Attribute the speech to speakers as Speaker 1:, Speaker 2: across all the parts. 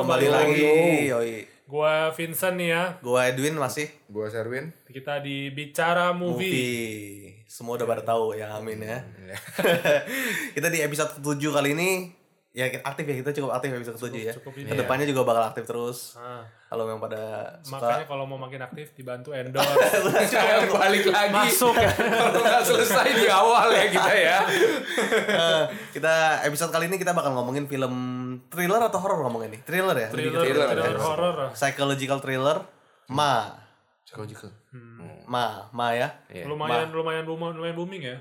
Speaker 1: Oh, lagi. Yoi.
Speaker 2: Gua Vincent nih ya.
Speaker 1: Gua Edwin masih
Speaker 3: Gua Serwin.
Speaker 2: Kita di Bicara Movie.
Speaker 1: movie. Semua udah pada tahu ya, amin ya.
Speaker 2: Iya.
Speaker 1: kita di episode ke-7 kali ini ya kita aktif ya kita cukup aktif episode ke-7 ya.
Speaker 2: cukup ini
Speaker 1: Kedepannya juga bakal aktif terus.
Speaker 2: Ah,
Speaker 1: Kalau memang pada suka
Speaker 2: makanya kalau mau makin aktif dibantu endorse.
Speaker 3: Jangan balik lagi.
Speaker 2: Masuk ya.
Speaker 3: Kalau nggak selesai di awal ya kita ya.
Speaker 1: Eh, kita episode kali ini kita bakal ngomongin film thriller atau horror ngomongin nih. Thriller ya. Lebih
Speaker 2: Thriller,
Speaker 3: Thriller,
Speaker 2: thriller
Speaker 3: thriller.
Speaker 2: horror.
Speaker 1: ke- Psychological thriller. Ma.
Speaker 3: Psychological.
Speaker 1: Ma, ma ya.
Speaker 3: Iya.
Speaker 2: Lumayan lumayan booming, lumayan booming ya.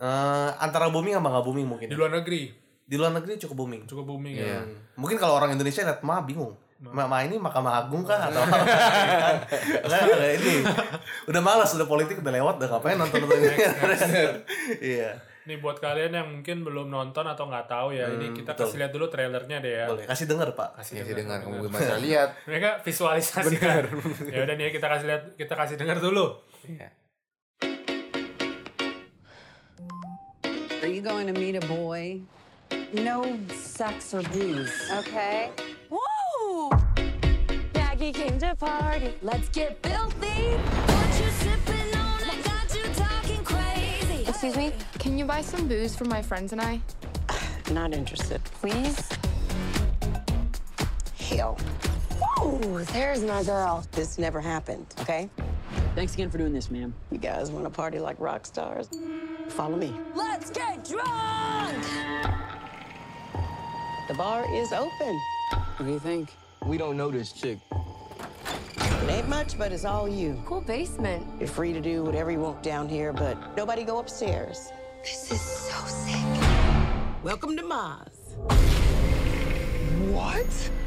Speaker 1: Eh, antara booming sama nggak booming mungkin.
Speaker 2: Di luar negeri
Speaker 1: Di luar negeri cukup booming.
Speaker 2: cukup booming ya.
Speaker 1: Hmm. Mungkin kalau orang Indonesia lihat ma bingung. Ma, ma ini Mahkamah Agung kah atau apa? Kan ada ini udah malas udah politik udah lewat udah ngapain nonton nonton ini. Iya.
Speaker 2: Nih buat kalian yang mungkin belum nonton atau nggak tahu ya, ini kita kasih lihat dulu trailernya deh ya.
Speaker 1: Boleh kasih denger, Pak.
Speaker 2: Kasih
Speaker 3: Yang
Speaker 2: dengar.
Speaker 3: saya Iya, dengar kamu belum bisa lihat.
Speaker 2: Mereka visualisasi. ya udah nih kita kasih lihat, kita kasih dengar dulu.
Speaker 3: Iya.
Speaker 4: Are you going to meet a boy?
Speaker 5: No sex or booze.
Speaker 4: Okay.
Speaker 6: Woo! Maggie came to party. Let's get filthy.
Speaker 7: Excuse me, can you buy some booze for my friends and I?
Speaker 5: Not interested.
Speaker 6: Please.
Speaker 5: Hell,
Speaker 6: Woo! There's my girl.
Speaker 5: this never happened, okay?
Speaker 8: Thanks again for doing this, ma'am.
Speaker 5: You guys want to party like rock stars? Follow me.
Speaker 6: Let's get drunk!
Speaker 5: The bar is open.
Speaker 8: What do you think?
Speaker 9: We don't know this chick.
Speaker 5: It ain't much, but it's all you.
Speaker 6: Cool basement.
Speaker 5: You're free to do whatever you want down here, but nobody go upstairs.
Speaker 6: This is so sick.
Speaker 5: Welcome to Mars.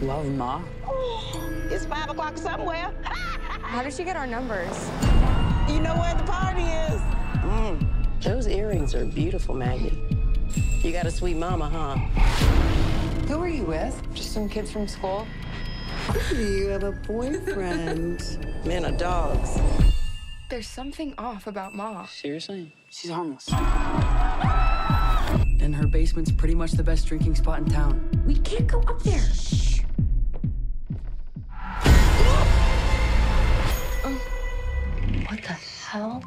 Speaker 8: Love Ma?
Speaker 5: It's five o'clock somewhere.
Speaker 7: How did she get our numbers?
Speaker 5: You know where the party is. Mm. Those earrings are beautiful, Maggie. You got a sweet mama, huh?
Speaker 6: Who are you with? Just some kids from school.
Speaker 5: You have a boyfriend. Men are dogs.
Speaker 7: There's something off about Ma.
Speaker 8: Seriously? She's harmless. And her basement's pretty much the best drinking spot in town.
Speaker 6: We can't go up there. What the hell?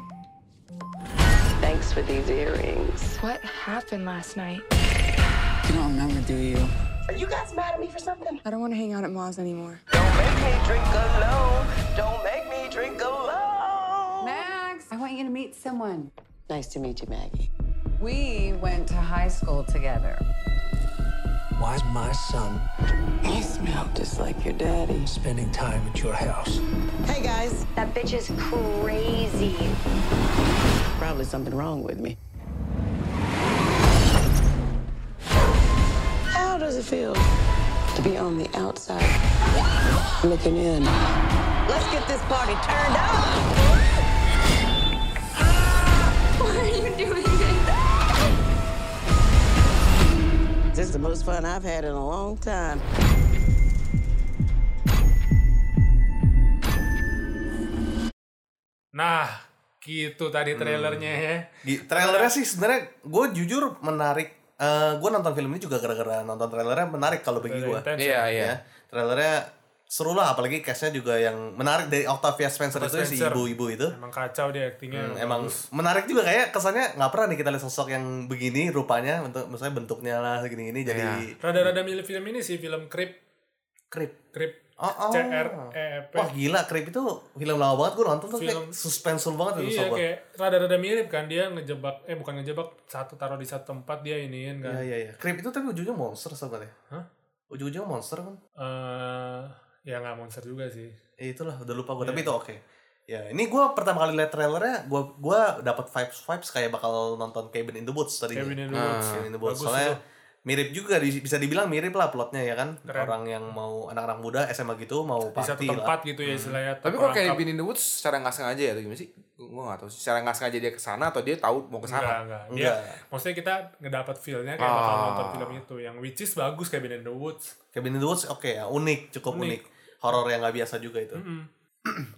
Speaker 5: Thanks for these earrings.
Speaker 7: What happened last night?
Speaker 8: You don't remember, do you?
Speaker 5: Are you guys mad at me for something?
Speaker 7: I don't want to hang out at Ma's anymore.
Speaker 5: Don't make me drink alone. Don't make me drink alone.
Speaker 10: Max, I want you to meet someone.
Speaker 5: Nice to meet you, Maggie.
Speaker 10: We went to high school together.
Speaker 9: Why's my son
Speaker 5: You smell just like your daddy.
Speaker 9: spending time at your house?
Speaker 5: Hey, guys.
Speaker 6: That bitch is crazy.
Speaker 5: Probably something wrong with me. How does it feel to be on the outside looking in? Let's get this party turned up.
Speaker 6: Why are you doing this?
Speaker 5: This is the most fun I've had in a long time.
Speaker 2: Nah, gitu tadi trailernya ya.
Speaker 1: Gi- Trailernya sih sebenarnya gue jujur menarik. Eh gue nonton film ini juga gara-gara nonton trailernya menarik kalau bagi gue.
Speaker 2: Intens
Speaker 3: Iya,
Speaker 2: ya.
Speaker 3: iya.
Speaker 1: Ya, trailernya seru lah apalagi cast-nya juga yang menarik dari Octavia Spencer itu si
Speaker 2: Spencer.
Speaker 1: ibu-ibu itu.
Speaker 2: Emang kacau dia aktingnya.
Speaker 1: Hmm, Emang menarik juga kayak kesannya nggak pernah nih kita lihat sosok yang begini rupanya untuk misalnya bentuknya lah gini-gini jadi
Speaker 2: Iya. Rada-rada milih film ini sih film Creep,
Speaker 1: Krip.
Speaker 2: Creep.
Speaker 1: Oh, oh.
Speaker 2: C R E P.
Speaker 1: Wah gila Krip itu film lama banget gue nonton tuh kayak
Speaker 2: Film-
Speaker 1: suspenseful banget itu
Speaker 2: Iya
Speaker 1: sobat.
Speaker 2: kayak rada-rada mirip kan dia ngejebak eh bukan ngejebak satu taruh di satu tempat dia iniin kan.
Speaker 1: Iya iya iya. Krip itu tapi ujungnya monster sobat ya.
Speaker 2: Hah?
Speaker 1: Ujung-ujungnya monster kan.
Speaker 2: Eh, ya nggak monster juga sih.
Speaker 1: Ya itulah udah lupa gue tapi
Speaker 2: Iya.
Speaker 1: itu oke. Ya, ini gue pertama kali lihat trailernya, gue gua dapat vibes vibes kayak bakal nonton Cabin in the Woods tadi.
Speaker 2: Cabin in the Woods. ya.
Speaker 1: Cabin in the Woods.
Speaker 2: Bagus
Speaker 1: Soalnya
Speaker 2: tuh.
Speaker 1: mirip juga di- bisa dibilang mirip lah plotnya ya kan.
Speaker 2: Keren.
Speaker 1: Orang yang mau anak-anak muda SMA gitu mau
Speaker 2: Di satu
Speaker 1: party
Speaker 2: tempat
Speaker 1: lah. Hmm.
Speaker 2: gitu ya istilahnya.
Speaker 3: Tapi kok kayak
Speaker 2: terperangkap.
Speaker 3: Bin in the Woods secara nggak sengaja ya atau gimana sih? Gue nggak tahu sih. Secara nggak sengaja dia kesana atau dia tahu mau
Speaker 2: Enggak,
Speaker 3: kesana?
Speaker 2: enggak. Dia,
Speaker 1: Enggak.
Speaker 2: maksudnya kita ngedapat feel-nya kayak bakal
Speaker 3: Ah.
Speaker 2: nonton film itu. Yang which is bagus kayak Cabin in the Woods.
Speaker 1: Cabin in the Woods oke ya, unik, cukup unik. Horor yang nggak biasa juga
Speaker 2: Hmm.
Speaker 1: itu.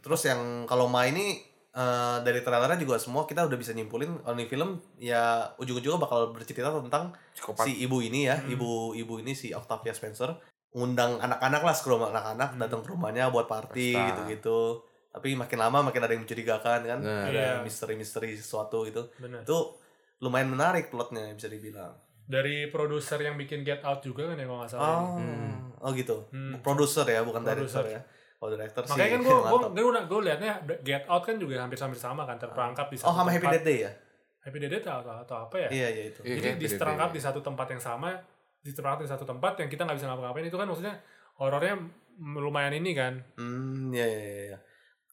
Speaker 1: Terus yang kalau Ma ini eh, dari trailernya juga semua kita udah bisa nyimpulin kalau ini film ya ujung-ujungnya bakal bercerita tentang
Speaker 2: Hmm.
Speaker 3: Psikopat.
Speaker 1: si ibu ini ya, ibu ibu ini si Octavia Spencer undang anak-anak lah ke rumah anak-anak
Speaker 2: Hmm.
Speaker 1: datang ke rumahnya buat party
Speaker 3: Pesta.
Speaker 1: gitu-gitu tapi makin lama makin ada yang mencurigakan kan
Speaker 2: Iya.
Speaker 3: Nah.
Speaker 1: ada misteri-misteri sesuatu gitu
Speaker 2: Bener.
Speaker 1: itu lumayan menarik plotnya bisa dibilang
Speaker 2: Dari produser yang bikin Get Out juga kan ya kalau nggak salah.
Speaker 1: oh oh gitu
Speaker 2: Hmm.
Speaker 1: produser ya bukan
Speaker 2: Produser.
Speaker 1: director ya oh director sih
Speaker 2: Makanya kan gue gue
Speaker 1: mantap.
Speaker 2: gue gue liatnya Get Out kan juga hampir hampir sama kan terperangkap di satu
Speaker 1: oh sama Happy
Speaker 2: tempat.
Speaker 1: Death Day ya
Speaker 2: Happy Dead Day atau, atau apa ya?
Speaker 1: iya iya itu
Speaker 3: Iya,
Speaker 2: Jadi
Speaker 3: kayak
Speaker 2: diterangkap
Speaker 3: beda-beda.
Speaker 2: di satu tempat yang sama, diterangkap di satu tempat yang kita nggak bisa ngapa-ngapain itu kan maksudnya horornya lumayan ini kan.
Speaker 1: Hmm, ya, ya, ya, ya.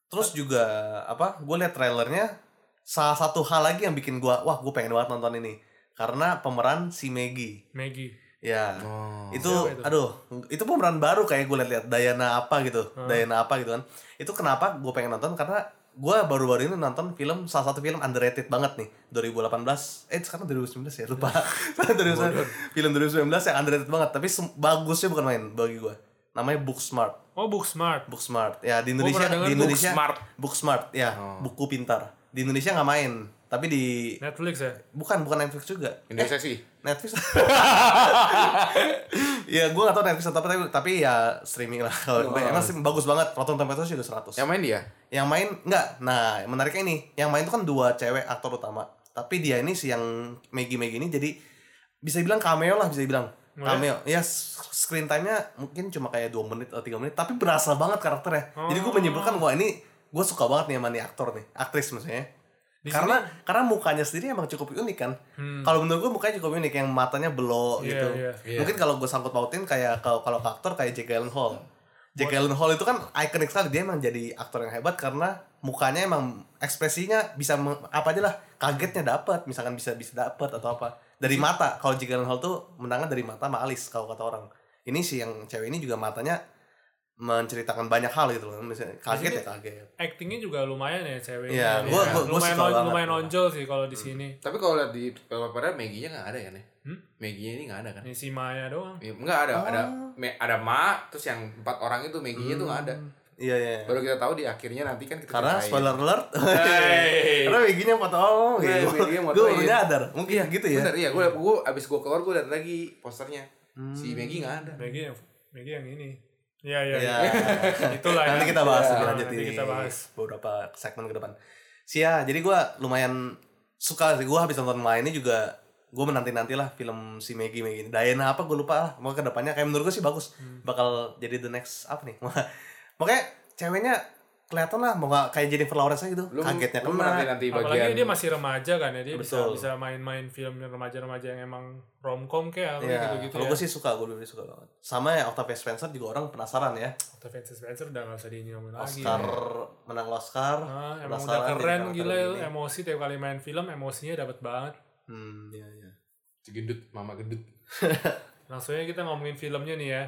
Speaker 1: Terus juga apa? Gue liat trailernya. Salah satu hal lagi yang bikin gua wah gue pengen banget nonton ini karena pemeran si Maggie.
Speaker 2: Maggie.
Speaker 1: Ya,
Speaker 3: Oh.
Speaker 1: itu,
Speaker 2: Siapa itu?
Speaker 1: aduh, itu pemeran baru kayak gue liat-liat Dayana apa gitu, Dayana apa gitu kan. Itu kenapa gue pengen nonton karena gue baru-baru ini nonton film salah satu film underrated banget nih 2018 eh sekarang 2019 ya lupa
Speaker 2: Iya.
Speaker 1: 2019, film 2019 yang underrated banget tapi sem- bagusnya bukan main bagi gue namanya Booksmart
Speaker 2: Oh Booksmart.
Speaker 1: Booksmart ya di Indonesia
Speaker 2: pernah dengar
Speaker 1: di Indonesia
Speaker 3: Booksmart.
Speaker 1: Booksmart ya buku pintar di Indonesia nggak main tapi di
Speaker 2: Netflix ya.
Speaker 1: bukan bukan Netflix juga Eh,
Speaker 3: Indonesia sih.
Speaker 1: Netflix ya gue gak tau Netflix atau apa tapi, tapi ya streaming lah kalau emang streaming bagus banget Rotten Tomatoes juga 100
Speaker 3: Yang main dia.
Speaker 1: yang main nggak nah yang menariknya ini yang main itu kan dua cewek aktor utama tapi dia ini si yang Maggie Maggie ini jadi bisa dibilang cameo lah bisa dibilang
Speaker 2: Oh ya?
Speaker 1: cameo ya s- screen time-nya mungkin cuma kayak dua menit atau tiga menit tapi berasa banget karakternya jadi
Speaker 2: Oh.
Speaker 1: gue menyimpulkan wah ini gue suka banget nih sama nih aktor nih aktris maksudnya karena karena mukanya sendiri emang cukup unik kan
Speaker 2: Hmm.
Speaker 1: kalau menurut gue mukanya cukup unik yang matanya belok
Speaker 2: Iya,
Speaker 1: gitu
Speaker 2: iya.
Speaker 3: Iya.
Speaker 1: mungkin kalau gue sangkut pautin kayak kalau kalau ke aktor kayak Jake Gyllenhaal Jake Gyllenhaal itu kan ikonik sekali dia emang jadi aktor yang hebat karena mukanya emang ekspresinya bisa meng- apa aja lah kagetnya dapat misalkan bisa bisa dapat atau apa dari mata kalau Jake Gyllenhaal tuh menangnya dari mata sama alis kalau kata orang ini si yang cewek ini juga matanya menceritakan banyak hal gitu loh misalnya kaget ya kaget
Speaker 2: Actingnya juga lumayan ya ceweknya.
Speaker 1: Iya,
Speaker 2: ya.
Speaker 1: gua- gua- gua
Speaker 2: lumayan
Speaker 1: suka banget. Hmm.
Speaker 2: lumayan onjol sih kalau di sini.
Speaker 3: Tapi kalau lihat di kalau pada Maggie-nya nggak ada kan ya?
Speaker 2: Hmm? Iya.
Speaker 3: Maggie-nya ini nggak ada kan?
Speaker 2: Ini si Maya doang.
Speaker 3: Ya, nggak ada, ada
Speaker 2: Oh.
Speaker 3: Me- ada Ma, terus yang empat orang itu Maggie-nya tuh nggak ada.
Speaker 2: Hmm.
Speaker 1: iya iya
Speaker 3: Baru kita tahu di akhirnya nanti kan kita
Speaker 1: karena
Speaker 3: ceritain.
Speaker 1: spoiler alert
Speaker 3: Hey.
Speaker 1: karena Maggie-nya foto oh
Speaker 3: Iya,
Speaker 1: gitu
Speaker 3: Maggie-nya
Speaker 1: gue
Speaker 3: fotoin.
Speaker 1: baru nyadar mungkin gitu ya
Speaker 3: Bener, iya, gue gue abis gue keluar gue liat lagi posternya si Maggie nggak ada.
Speaker 2: Maggie yang Maggie yang ini. Iya iya.
Speaker 1: Iya.
Speaker 2: iya. Itulah
Speaker 1: nanti
Speaker 2: ya.
Speaker 1: kita bahas
Speaker 2: Iya,
Speaker 1: lebih lanjut
Speaker 2: nanti
Speaker 1: di
Speaker 2: kita bahas.
Speaker 1: beberapa segmen ke depan. Sia, jadi gue lumayan suka sih gue habis nonton main ini juga gue menanti nantilah film si Maggie Maggie ini. Diana apa gue lupa lah. Mau ke depannya kayak menurut gue sih bagus.
Speaker 2: Hmm.
Speaker 1: Bakal jadi the next apa nih? Makanya ceweknya kelihatan lah mau nggak kayak Jennifer Lawrence aja gitu.
Speaker 3: Lu
Speaker 1: Kagetnya
Speaker 3: lu
Speaker 1: kena.
Speaker 3: nanti nanti bagian
Speaker 2: Apalagi dia masih remaja kan ya, dia
Speaker 1: Betul.
Speaker 2: bisa bisa main-main film yang remaja-remaja yang emang romcom kayak apa
Speaker 1: Ya,
Speaker 2: gitu-gitu
Speaker 1: kalau
Speaker 2: ya.
Speaker 1: gue sih suka, gue lebih suka banget. Sama ya Octavia Spencer juga orang penasaran ya.
Speaker 2: Octavia Spencer udah gak usah diingat lagi.
Speaker 1: Oscar menang Oscar.
Speaker 2: Ah, emang udah
Speaker 1: penasaran
Speaker 2: keren
Speaker 1: jadi
Speaker 2: gila
Speaker 1: karakter
Speaker 2: lu,
Speaker 1: ini.
Speaker 2: emosi tiap kali main film emosinya dapat banget.
Speaker 1: Hmm, iya iya.
Speaker 3: si gendut, mama gendut.
Speaker 2: Langsungnya Nah, kita ngomongin filmnya nih ya.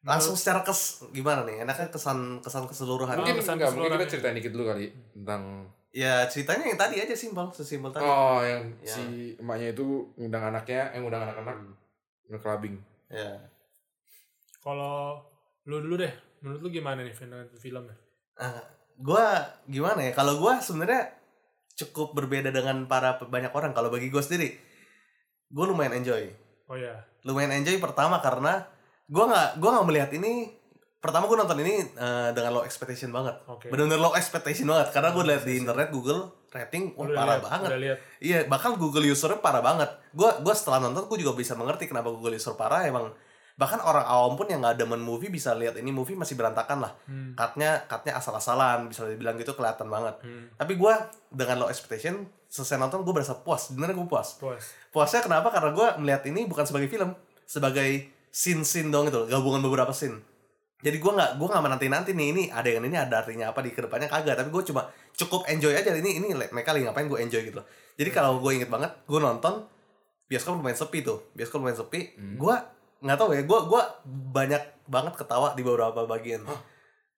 Speaker 1: langsung secara kes gimana nih enaknya kesan kesan keseluruhan
Speaker 2: Oh,
Speaker 3: Mungkin
Speaker 2: pesan
Speaker 3: enggak, mungkin
Speaker 2: keseluruhan ya.
Speaker 3: kita ceritain dikit dulu kali tentang
Speaker 1: ya ceritanya yang tadi aja simpel sesimpel tadi
Speaker 3: Oh, yang
Speaker 1: Ya.
Speaker 3: si emaknya itu ngundang anaknya, eh ngundang anak-anak nge-clubbing.
Speaker 1: ya
Speaker 2: Kalau lu dulu deh, menurut lu gimana nih film filmnya?
Speaker 1: Ah, gua gimana ya kalau gua sebenarnya cukup berbeda dengan para pe- banyak orang kalau bagi gua sendiri gua lumayan enjoy
Speaker 2: Oh ya,
Speaker 1: lumayan enjoy pertama karena gua nggak gua nggak melihat ini pertama gua nonton ini eh, dengan low expectation banget
Speaker 2: Oke.
Speaker 1: bener-bener low expectation banget karena gua lihat di internet Google rating wah
Speaker 2: Udah
Speaker 1: parah
Speaker 2: lihat,
Speaker 1: banget
Speaker 2: udah lihat.
Speaker 1: Iya, bahkan Google usernya parah banget. Gua gua setelah nonton gua juga bisa mengerti kenapa Google user parah emang bahkan orang awam pun yang nggak demen movie bisa lihat ini movie masih berantakan lah. Cutnya cutnya asal-asalan bisa dibilang gitu kelihatan banget. Tapi gua dengan low expectation selesai nonton gue berasa puas. Bener gue puas.
Speaker 2: puas.
Speaker 1: Puasnya kenapa? Karena gua melihat ini bukan sebagai film, sebagai scene-scene dong itu, gabungan beberapa scene. Jadi gua nggak gua nggak menanti nanti nih ini adegan ini ada artinya apa di kedepannya kagak, tapi gue cuma cukup enjoy aja ini ini le- mereka lagi ngapain gue enjoy gitu loh. Jadi kalau gue inget banget, gue nonton bioskop lumayan sepi tuh, bioskop lumayan sepi. Gua nggak tahu ya, gua gua banyak banget ketawa di beberapa bagian.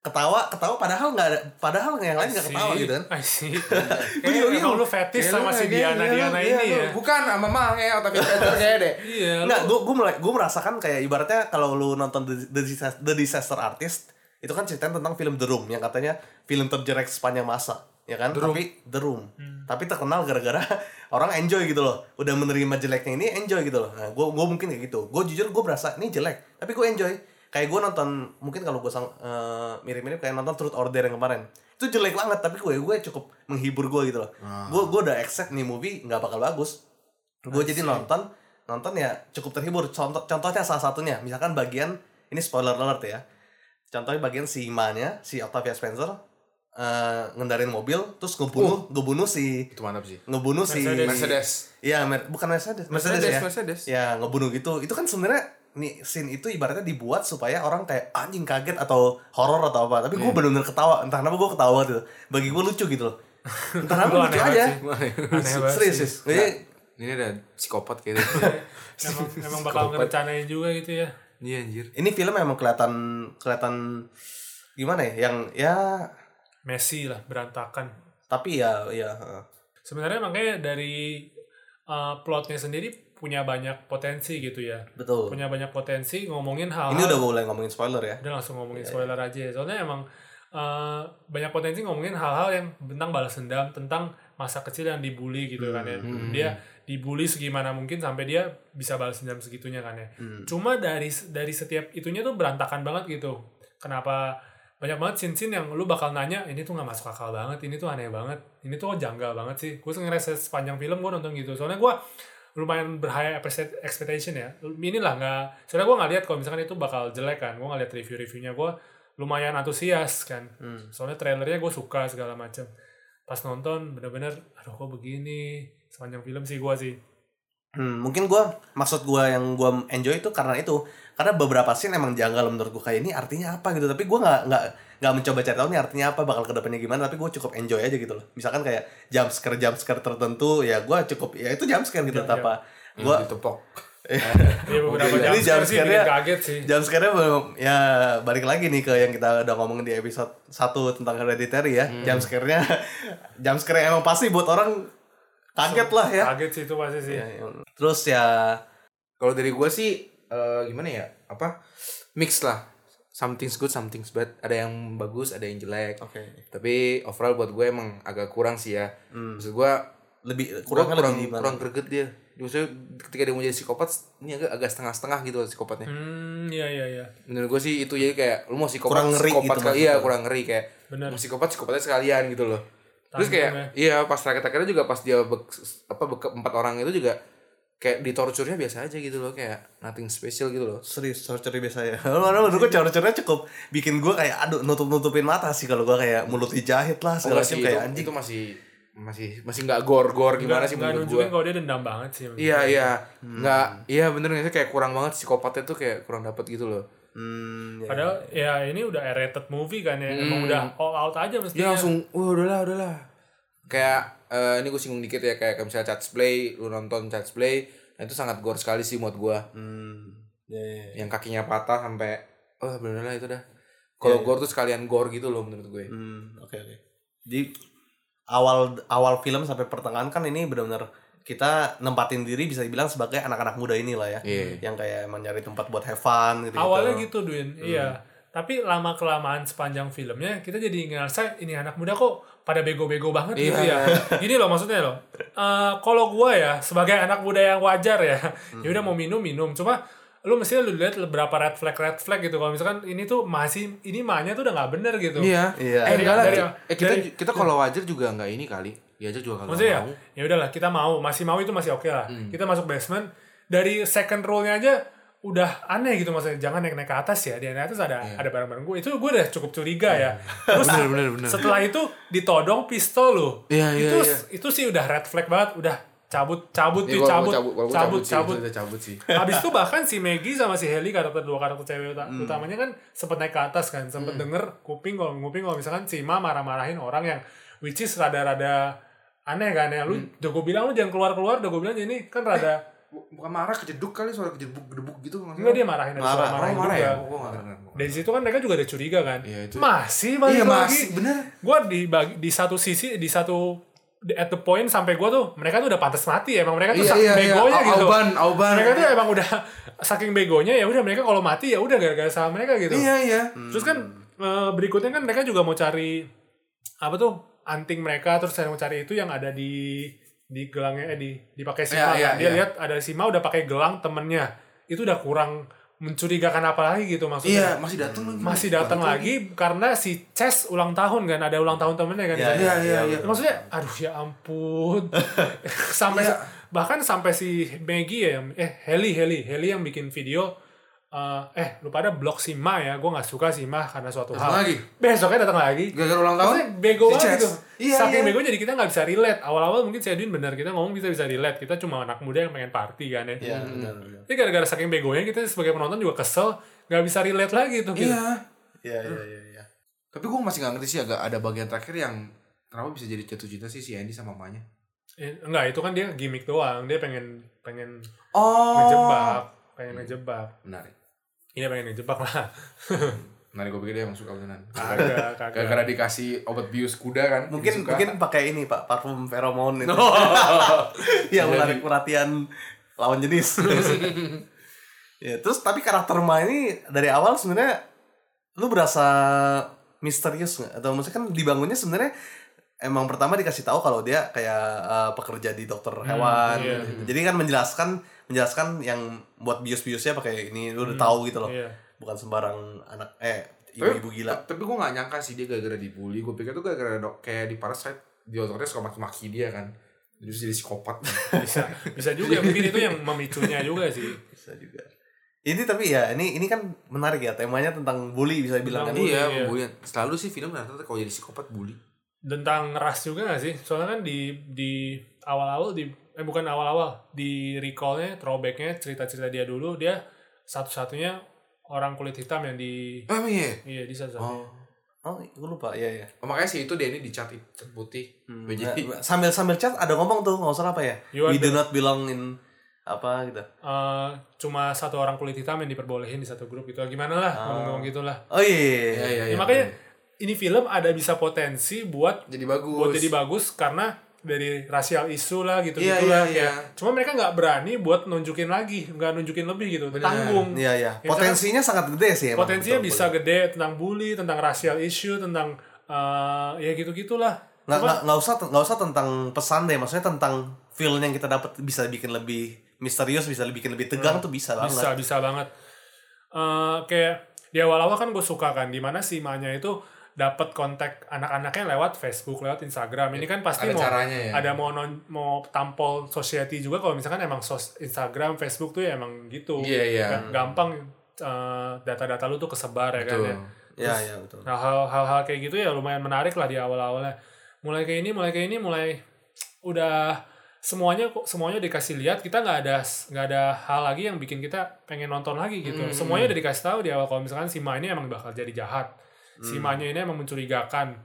Speaker 1: Ketawa, ketawa padahal nggak ada, padahal yang lain nggak ketawa gitu kan.
Speaker 2: I see.
Speaker 1: Gua juga
Speaker 2: Kayak emang
Speaker 1: bingung.
Speaker 2: lu fetish
Speaker 3: Kayak
Speaker 2: sama
Speaker 3: Ya, lu-
Speaker 2: si
Speaker 3: kayak-
Speaker 2: Diana
Speaker 3: kayak lu-
Speaker 2: Diana
Speaker 3: iya,
Speaker 2: ini
Speaker 3: lu.
Speaker 2: ya.
Speaker 3: Bukan sama Mang ya, tapi kayak deh.
Speaker 2: Iya, lu
Speaker 1: Nggak, gue gue gue merasakan kayak ibaratnya kalau lu nonton The, The Disaster, The Disaster Artist itu kan ceritanya tentang film The Room yang katanya film terjelek sepanjang masa ya kan tapi The Room tapi terkenal gara-gara orang enjoy gitu loh udah menerima jeleknya ini enjoy gitu loh nah, gue gue mungkin kayak gitu gue jujur gue berasa ini jelek tapi gue enjoy kayak gue nonton mungkin kalau gue sang eh, mirip-mirip kayak nonton Truth or Dare yang kemarin itu jelek banget tapi gue gue cukup menghibur gue gitu loh gue gue udah accept nih movie nggak bakal bagus gue jadi nonton nonton ya cukup terhibur contoh contohnya salah satunya misalkan bagian ini spoiler alert ya contohnya bagian si Imanya si Octavia Spencer eh, ngendarin mobil terus ngebunuh ngebunuh si
Speaker 3: Itu mantap sih.
Speaker 1: ngebunuh si
Speaker 2: Mercedes.
Speaker 3: Mercedes.
Speaker 1: Iya, Mer- bukan Mercedes. Mercedes,
Speaker 3: Mercedes,
Speaker 1: ya.
Speaker 3: Mercedes.
Speaker 1: Ya, ngebunuh gitu. Itu kan sebenarnya nih scene itu ibaratnya dibuat supaya orang kayak anjing kaget atau horor atau apa. Tapi gue
Speaker 2: Iya.
Speaker 1: bener-bener ketawa. Entah kenapa gue ketawa gitu. Bagi gue lucu gitu loh. Entah kenapa
Speaker 2: Gua
Speaker 1: lucu
Speaker 2: aneh
Speaker 1: aja.
Speaker 2: banget sih. Aneh banget
Speaker 1: Serius,
Speaker 2: sih.
Speaker 1: serius. Jadi
Speaker 3: Ini ada psikopat kayaknya.
Speaker 2: Emang, emang bakal
Speaker 3: Psikopat.
Speaker 2: ngerencanain juga gitu ya.
Speaker 3: Iya anjir.
Speaker 1: ini film emang kelihatan kelihatan gimana ya? Yang ya
Speaker 2: Messi lah berantakan.
Speaker 1: tapi ya ya eh.
Speaker 2: Sebenarnya makanya dari uh, plotnya sendiri punya banyak potensi gitu ya.
Speaker 1: betul.
Speaker 2: Punya banyak potensi ngomongin hal.
Speaker 1: Ini udah mulai ngomongin spoiler ya.
Speaker 2: udah langsung ngomongin spoiler aja ya. Soalnya emang uh, banyak potensi ngomongin hal-hal yang tentang balas dendam, tentang masa kecil yang dibully gitu kan ya. Dia dibully segimana mungkin sampai dia bisa balas dendam segitunya kan ya. Cuma dari dari setiap itunya tuh berantakan banget gitu. Kenapa banyak banget scene-scene yang lu bakal nanya ini tuh nggak masuk akal banget, ini tuh aneh banget, ini tuh janggal banget sih. Gue ngerasa sepanjang film gue nonton gitu. Soalnya gue lumayan berhigh appreciate- expectation ya inilah nggak soalnya gue nggak lihat kalau misalkan itu bakal jelek kan gue nggak lihat review reviewnya gue lumayan antusias kan soalnya trailernya gue suka segala macam pas nonton bener-bener aduh kok begini sepanjang film sih gue sih
Speaker 1: Hmm, mungkin gua maksud gua yang gua enjoy itu karena itu karena beberapa scene emang janggal menurut gua kayak ini artinya apa gitu tapi gua nggak nggak nggak mencoba cari tahu nih artinya apa bakal kedepannya gimana tapi gua cukup enjoy aja gitu loh misalkan kayak jump scare jump scare tertentu ya gua cukup ya itu jump scare gitu
Speaker 2: Jump,
Speaker 1: tanpa gua
Speaker 3: Gua ditepok.
Speaker 2: ya beberapa
Speaker 1: Jadi
Speaker 2: jam
Speaker 1: jump
Speaker 2: sih bikin
Speaker 1: scare-nya-
Speaker 2: kaget sih
Speaker 1: jump scare ya balik lagi nih ke yang kita udah ngomongin di episode 1 tentang hereditary ya
Speaker 3: Hmm.
Speaker 1: jump scare-nya jump scare emang pasti buat orang kaget lah ya
Speaker 2: kaget sih itu pasti sih
Speaker 1: Ya, ya. terus ya
Speaker 3: Kalau dari gua sih eh, gimana ya? Apa? Mix lah. Something's good, something's bad. Ada yang bagus, ada yang jelek.
Speaker 1: Oke.
Speaker 3: Tapi overall buat gue emang agak kurang ssih ya. Maksud gue
Speaker 1: lebih
Speaker 3: kurang
Speaker 1: Hmm. kurangnya
Speaker 3: kurang,
Speaker 1: lebih gimana?
Speaker 3: kurang greget dia maksudnya ketika dia mau jadi psikopat ini agak agak setengah-setengah gitu loh psikopatnya
Speaker 2: hmm iya iya iya
Speaker 3: menurut gue sih itu jadi kayak lu mau psikopat
Speaker 1: Kurang ngeri
Speaker 3: psikopat
Speaker 1: gitu
Speaker 3: kali
Speaker 1: maksudnya.
Speaker 3: iya kurang ngeri kayak
Speaker 2: Bener.
Speaker 3: mau psikopat psikopatnya sekalian gitu loh terus
Speaker 2: Tanggung
Speaker 3: kayak iya pas terakhir akhirnya juga pas dia bek, apa bek empat orang itu juga kayak di torture-nya biasa aja gitu loh kayak nothing special gitu loh
Speaker 1: serius torture biasa ya Karena menurut gue torture-nya cukup bikin gue kayak aduh nutup-nutupin mata sih kalau gue kayak mulut dijahit lah segala
Speaker 3: Enggak
Speaker 1: macam
Speaker 3: sih,
Speaker 1: Oh, kayak
Speaker 3: itu,
Speaker 1: anjing
Speaker 3: itu Oh, masih masih masih nggak gor-gor
Speaker 2: nggak
Speaker 3: gimana sih
Speaker 2: nggak
Speaker 3: menurut gue
Speaker 2: nunjukin kalau dia dendam banget sih
Speaker 3: Iya iya,
Speaker 1: Hmm.
Speaker 3: nggak iya bener nggak sih kayak kurang banget psikopatnya tuh kayak kurang dapet gitu loh.
Speaker 1: hmm, ya.
Speaker 2: padahal ya ini udah rated movie kan ya emang udah all out aja
Speaker 3: dia
Speaker 2: mestinya
Speaker 3: Hmm. langsung wah udahlah udahlah Iya. kayak eh, ini gue singgung dikit ya kayak, kayak misalnya Child's Play lu nonton Child's Play nah itu sangat gore sekali sih buat gue
Speaker 1: Ya, ya, ya.
Speaker 3: yang kakinya patah sampai oh bener lah itu dah kalau gore tuh sekalian gore gitu loh menurut gue
Speaker 1: Hmm, oke oke jadi awal awal film sampai pertengahan kan ini benar-benar kita nempatin diri bisa dibilang sebagai anak-anak muda inilah ya
Speaker 3: Iya.
Speaker 1: yang kayak emang nyari tempat buat have fun gitu
Speaker 2: Awalnya gitu, Dwin.
Speaker 3: Hmm.
Speaker 2: Iya. Tapi lama kelamaan sepanjang filmnya kita jadi ngerasa ini anak muda kok pada bego-bego banget gitu ya.
Speaker 3: Iya.
Speaker 2: Gini loh maksudnya loh. Eh, kalau gua ya sebagai anak muda yang wajar ya,
Speaker 3: Hmm.
Speaker 2: ya udah mau minum minum. Cuma lu mesti lu lihat berapa red flag red flag gitu. Kalau misalkan ini tuh masih ini mahnya tuh udah nggak bener gitu.
Speaker 3: iya
Speaker 1: Iya.
Speaker 3: eh, enggak lah
Speaker 2: Dari-
Speaker 3: eh, kita
Speaker 2: dari-
Speaker 3: kita kalau wajar juga nggak ini kali diajak juga kagak
Speaker 2: Maksudnya ya,
Speaker 3: mau Hmm.
Speaker 2: ya udahlah kita mau, masih mau itu masih oke lah. Kita masuk basement dari second row-nya aja udah aneh gitu maksudnya. Jangan naik-naik ke atas ya. Di naik atas ada ada barang-barang gue. Itu gue udah cukup curiga ya. Terus
Speaker 3: Iya. Bener, bener, bener.
Speaker 2: setelah itu ditodong pistol lu.
Speaker 3: Iya, iya,
Speaker 2: itu
Speaker 3: iya.
Speaker 2: itu sih udah red flag banget, udah cabut cabut tuh
Speaker 3: Iya, gua- gua
Speaker 2: cabut
Speaker 3: gua- gua
Speaker 2: cabut
Speaker 3: sih,
Speaker 2: cabut.
Speaker 3: itu udah cabut iya, sih
Speaker 2: Habis itu bahkan si Maggie sama si Heli karakter dua karakter cewek uta- utamanya kan sempet naik ke atas kan, sempet denger kuping kalau kuping kalau misalkan si Ma marah-marahin orang yang which is rada-rada aneh kan ya. Lu udah gue bilang lu jangan keluar-keluar, udah gue bilang ini kan rada
Speaker 3: bukan marah kejeduk kali suara kejeduk gedebuk gitu
Speaker 2: enggak dia marahin ada suara
Speaker 1: Marah,
Speaker 2: marahin juga.
Speaker 3: marah ya Gua- gua nggak dengar.
Speaker 2: Dari situ kan mereka juga ada curiga kan.
Speaker 3: Iya, itu.
Speaker 2: Masih balik
Speaker 3: Iya,
Speaker 2: lagi.
Speaker 3: masih, bener.
Speaker 2: Gue di bagi- di satu sisi di satu di- at the point sampai gue tuh mereka tuh udah pantas mati emang mereka tuh
Speaker 3: Iya,
Speaker 2: saking
Speaker 3: iya, iya.
Speaker 2: begonya
Speaker 3: Au-
Speaker 2: gitu.
Speaker 3: auban, auban.
Speaker 2: Mereka tuh emang udah saking begonya ya udah mereka kalau mati ya udah gara-gara sama mereka gitu.
Speaker 3: iya iya
Speaker 2: Terus kan eh, berikutnya kan mereka juga mau cari apa tuh anting mereka terus saya mau cari itu yang ada di di gelangnya eh di dipakai Sima
Speaker 3: Iya,
Speaker 2: kan.
Speaker 3: iya,
Speaker 2: dia
Speaker 3: iya.
Speaker 2: lihat ada Sima udah pakai gelang temennya. Itu udah kurang mencurigakan apa lagi gitu maksudnya.
Speaker 3: Iya, masih datang lagi.
Speaker 2: Masih datang lagi karena si Chess ulang tahun kan, ada ulang tahun temennya kan. di
Speaker 1: Iya,
Speaker 2: sana.
Speaker 3: Iya, iya, iya.
Speaker 2: Maksudnya, aduh ya ampun. sampai
Speaker 3: Iya.
Speaker 2: bahkan sampai si Maggie ya, yang- eh Heli Heli Heli yang bikin video eh, eh lu pada blok si Ma ya, gue nggak suka si Ma karena suatu
Speaker 3: Datang
Speaker 2: hal.
Speaker 3: lagi?
Speaker 2: Besoknya datang lagi.
Speaker 3: Gara-gara ulang tahun?
Speaker 2: Maksudnya bego
Speaker 3: Si
Speaker 2: banget
Speaker 3: Chess.
Speaker 2: gitu.
Speaker 3: Iya,
Speaker 2: Saking
Speaker 3: iya.
Speaker 2: bego jadi kita nggak bisa relate. Awal-awal mungkin si Edwin benar kita ngomong kita bisa relate. Kita cuma anak muda yang pengen party kan ya.
Speaker 1: Iya, benar, benar.
Speaker 2: Ini gara-gara saking begonya kita sebagai penonton juga kesel, nggak bisa relate lagi tuh. gitu.
Speaker 3: Iya.
Speaker 1: Iya, iya, iya, iya.
Speaker 3: Tapi gue masih gak ngerti sih agak ada bagian terakhir yang kenapa bisa jadi jatuh cinta sih si Andy sama mamanya.
Speaker 2: Eh, Enggak, itu kan dia gimmick doang. Dia pengen pengen
Speaker 3: Oh.
Speaker 2: ngejebak, pengen ngejebak.
Speaker 3: Menarik.
Speaker 2: Ini pengen ngejebak lah.
Speaker 3: Menarik gue pikir dia emang suka beneran.
Speaker 2: Kagak, kagak.
Speaker 3: Gara-gara dikasih obat bius kuda kan.
Speaker 1: Mungkin
Speaker 3: jadi suka.
Speaker 1: mungkin pakai ini Pak, parfum feromon itu. yang menarik perhatian lawan jenis. ya, terus tapi karakter Ma ini dari awal sebenarnya lu berasa misterius nggak? Atau maksudnya kan dibangunnya sebenarnya emang pertama dikasih tahu kalau dia kayak eh, pekerja di dokter hewan.
Speaker 2: iya.
Speaker 1: Jadi kan menjelaskan menjelaskan yang buat bius-biusnya pakai ini lu udah tahu gitu loh.
Speaker 2: Iya.
Speaker 1: Bukan sembarang anak eh
Speaker 3: Tapi-
Speaker 1: ibu-ibu gila.
Speaker 3: Tapi gue gak nyangka sih dia gara-gara dibully. Gue pikir tuh gara-gara dok kayak di Parasite di otaknya suka maki-maki dia kan. Terus jadi psikopat.
Speaker 2: Bisa, bisa juga. Mungkin itu yang memicunya juga sih.
Speaker 1: bisa juga ini tapi ya ini ini kan menarik ya temanya tentang bully bisa bilang kan
Speaker 2: Tentang bully.
Speaker 3: iya,
Speaker 2: iya.
Speaker 3: pembulian. Selalu sih film ternyata kalau jadi psikopat bully.
Speaker 2: Tentang ras juga gak sih? Soalnya kan di di awal-awal di eh bukan awal-awal di recallnya throwbacknya cerita-cerita dia dulu dia satu-satunya orang kulit hitam yang di
Speaker 3: Ah, iya.
Speaker 2: iya di satu-satunya.
Speaker 3: Oh.
Speaker 1: oh gue lupa ya ya
Speaker 3: Oh, makanya sih itu dia ini dicat cat putih.
Speaker 2: Hmm,
Speaker 1: Ya,
Speaker 3: Jadi
Speaker 1: sambil sambil chat ada ngomong tuh nggak usah apa ya
Speaker 2: You are
Speaker 1: we do
Speaker 2: the-
Speaker 1: not belong in apa gitu
Speaker 2: Eh, cuma satu orang kulit hitam yang diperbolehin di satu grup gitu. Gimana lah ngomong-ngomong gitulah.
Speaker 1: oh iya, iya, iya.
Speaker 3: ya, ya,
Speaker 2: Ya,
Speaker 3: ya.
Speaker 2: makanya ini film ada bisa potensi buat
Speaker 3: jadi bagus.
Speaker 2: buat jadi bagus karena dari rasial isu lah gitu
Speaker 3: Iya,
Speaker 2: gitu
Speaker 3: iya,
Speaker 2: lah
Speaker 3: iya.
Speaker 2: ya. Cuma mereka nggak berani buat nunjukin lagi, nggak nunjukin lebih gitu. Tanggung.
Speaker 1: Iya, iya.
Speaker 2: Ya,
Speaker 1: potensinya sangat gede sih emang,
Speaker 2: Potensinya
Speaker 1: betul,
Speaker 2: bisa
Speaker 1: betul.
Speaker 2: gede tentang bully, tentang rasial isu, tentang eh, ya gitu-gitulah.
Speaker 1: nggak
Speaker 2: Cuma-
Speaker 1: nggak nggak usah nggak usah tentang pesan deh maksudnya tentang feel yang kita dapat bisa bikin lebih misterius bisa bikin lebih tegang tuh bisa banget
Speaker 2: Hmm, bisa bisa banget Eh, kayak di awal-awal kan gue suka kan dimana si Manya itu dapat kontak anak-anaknya lewat Facebook lewat Instagram ini kan pasti
Speaker 3: Ada
Speaker 2: mau
Speaker 3: caranya ya.
Speaker 2: ada mau non- mau tampol society juga kalau misalkan emang sos Instagram Facebook tuh ya emang gitu
Speaker 3: Iya, iya.
Speaker 2: Gam- gampang eh, data-data lu tuh kesebar ya
Speaker 3: Betul.
Speaker 2: kan
Speaker 1: ya
Speaker 2: ya
Speaker 1: ya betul
Speaker 2: Nah, hal- hal-hal kayak gitu ya lumayan menarik lah di awal-awalnya. Mulai kayak ini, mulai kayak ini, mulai udah semuanya kok- semuanya dikasih lihat kita nggak ada nggak ada hal lagi yang bikin kita pengen nonton lagi gitu semuanya udah dikasih tahu di awal kalau misalkan si Ma ini emang bakal jadi jahat si Manya ini emang mencurigakan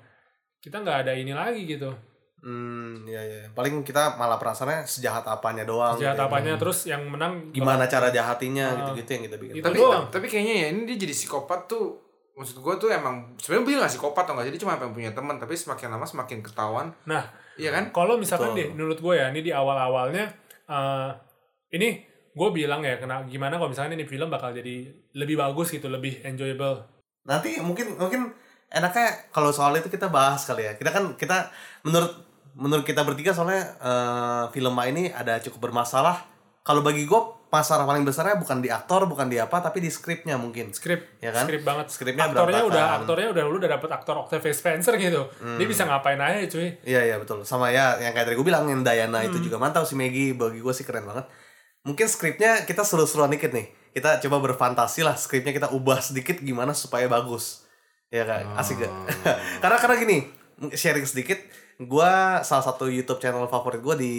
Speaker 2: kita nggak ada ini lagi gitu
Speaker 1: Hmm, ya ya. Paling kita malah perasaannya sejahat apanya doang.
Speaker 2: jahat
Speaker 1: gitu ya.
Speaker 2: apanya terus yang menang
Speaker 1: Gimana cara jahatinya gitu-gitu yang kita bikin.
Speaker 2: Itu
Speaker 3: tapi
Speaker 2: doang.
Speaker 3: tapi kayaknya ya ini dia jadi psikopat tuh maksud gue tuh emang sebenarnya dia nggak psikopat atau nggak jadi cuma pengen punya teman tapi semakin lama semakin ketahuan
Speaker 2: nah
Speaker 3: iya kan
Speaker 2: Kalau misalkan
Speaker 1: Betul.
Speaker 2: deh, menurut gue ya, ini di awal-awalnya, eh, ini gue bilang ya, kena gimana kalau misalkan ini film bakal jadi lebih bagus gitu, lebih enjoyable.
Speaker 1: nanti mungkin mungkin enaknya kalau soal itu kita bahas kali ya kita kan kita menurut menurut kita bertiga soalnya eh, film Ma ini ada cukup bermasalah kalau bagi gue masalah paling besarnya bukan di aktor bukan di apa tapi di skripnya mungkin
Speaker 2: Skrip,
Speaker 1: ya kan
Speaker 2: skrip banget.
Speaker 1: skripnya
Speaker 2: aktornya udah,
Speaker 1: berantakan. Hmm.
Speaker 2: aktornya udah lu udah dapet aktor Octavia Spencer gitu. Dia bisa ngapain aja cuy.
Speaker 1: Iya iya betul. Sama ya yang kayak tadi gue bilang yang Diana itu juga mantap si Maggie bagi gue sih keren banget. Mungkin skripnya kita seru-seruan dikit nih. Kita coba berfantasi lah skripnya kita ubah sedikit gimana supaya bagus. Ya kan? Asik gak? karena karena gini, sharing sedikit gue salah satu YouTube channel favorit gue di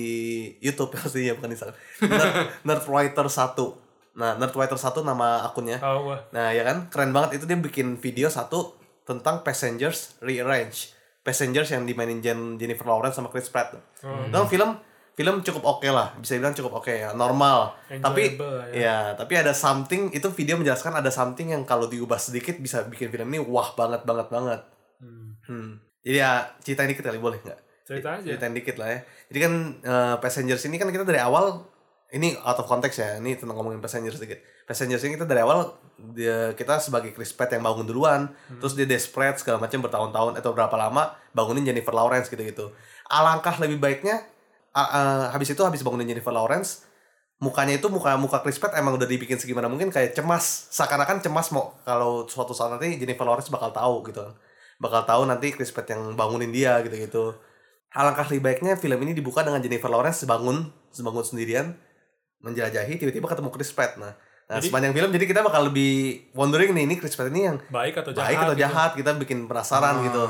Speaker 1: YouTube pastinya bukan di Instagram. Nerd, Nerdwriter 1. Nah, Nerdwriter 1 nama akunnya.
Speaker 2: Tahu gue.
Speaker 1: Nah ya kan keren banget itu dia bikin video satu tentang Passengers Rearrange. Passengers yang dimainin Jen- Jennifer Lawrence sama Chris Pratt.
Speaker 2: Hmm.
Speaker 1: Itu film film cukup oke lah, bisa dibilang cukup oke ya, normal. tapi
Speaker 2: Enjoyable lah
Speaker 1: ya. tapi ada something itu video menjelaskan ada something yang kalau diubah sedikit bisa bikin film ini wah banget banget banget. Hmm. Jadi ya ceritain dikit kali boleh nggak?
Speaker 2: Cerita aja.
Speaker 1: Ceritain dikit lah ya. Jadi kan eh, Passengers ini kan kita dari awal ini out of context ya. Ini tentang ngomongin Passengers dikit. Passengers ini kita dari awal dia, kita sebagai Chris Pratt yang bangun duluan,
Speaker 2: Hmm.
Speaker 1: terus dia desperate segala macam bertahun-tahun atau berapa lama bangunin Jennifer Lawrence gitu gitu-gitu. Alangkah lebih baiknya a- a- habis itu habis bangunin Jennifer Lawrence mukanya itu muka muka Chris Pratt emang udah dibikin segimana mungkin kayak cemas seakan-akan cemas mau kalau suatu saat nanti Jennifer Lawrence bakal tahu gitu kan bakal tahu nanti Chris Pratt yang bangunin dia gitu gitu alangkah lebih baiknya film ini dibuka dengan Jennifer Lawrence bangun bangun sendirian menjelajahi tiba-tiba ketemu Chris Pratt nah Nah,
Speaker 2: Jadi-
Speaker 1: sepanjang film jadi kita bakal lebih wondering nih ini Chris Pratt ini yang
Speaker 2: Baik atau jahat
Speaker 1: baik atau
Speaker 2: gitu. Ah.
Speaker 1: jahat kita bikin penasaran gitu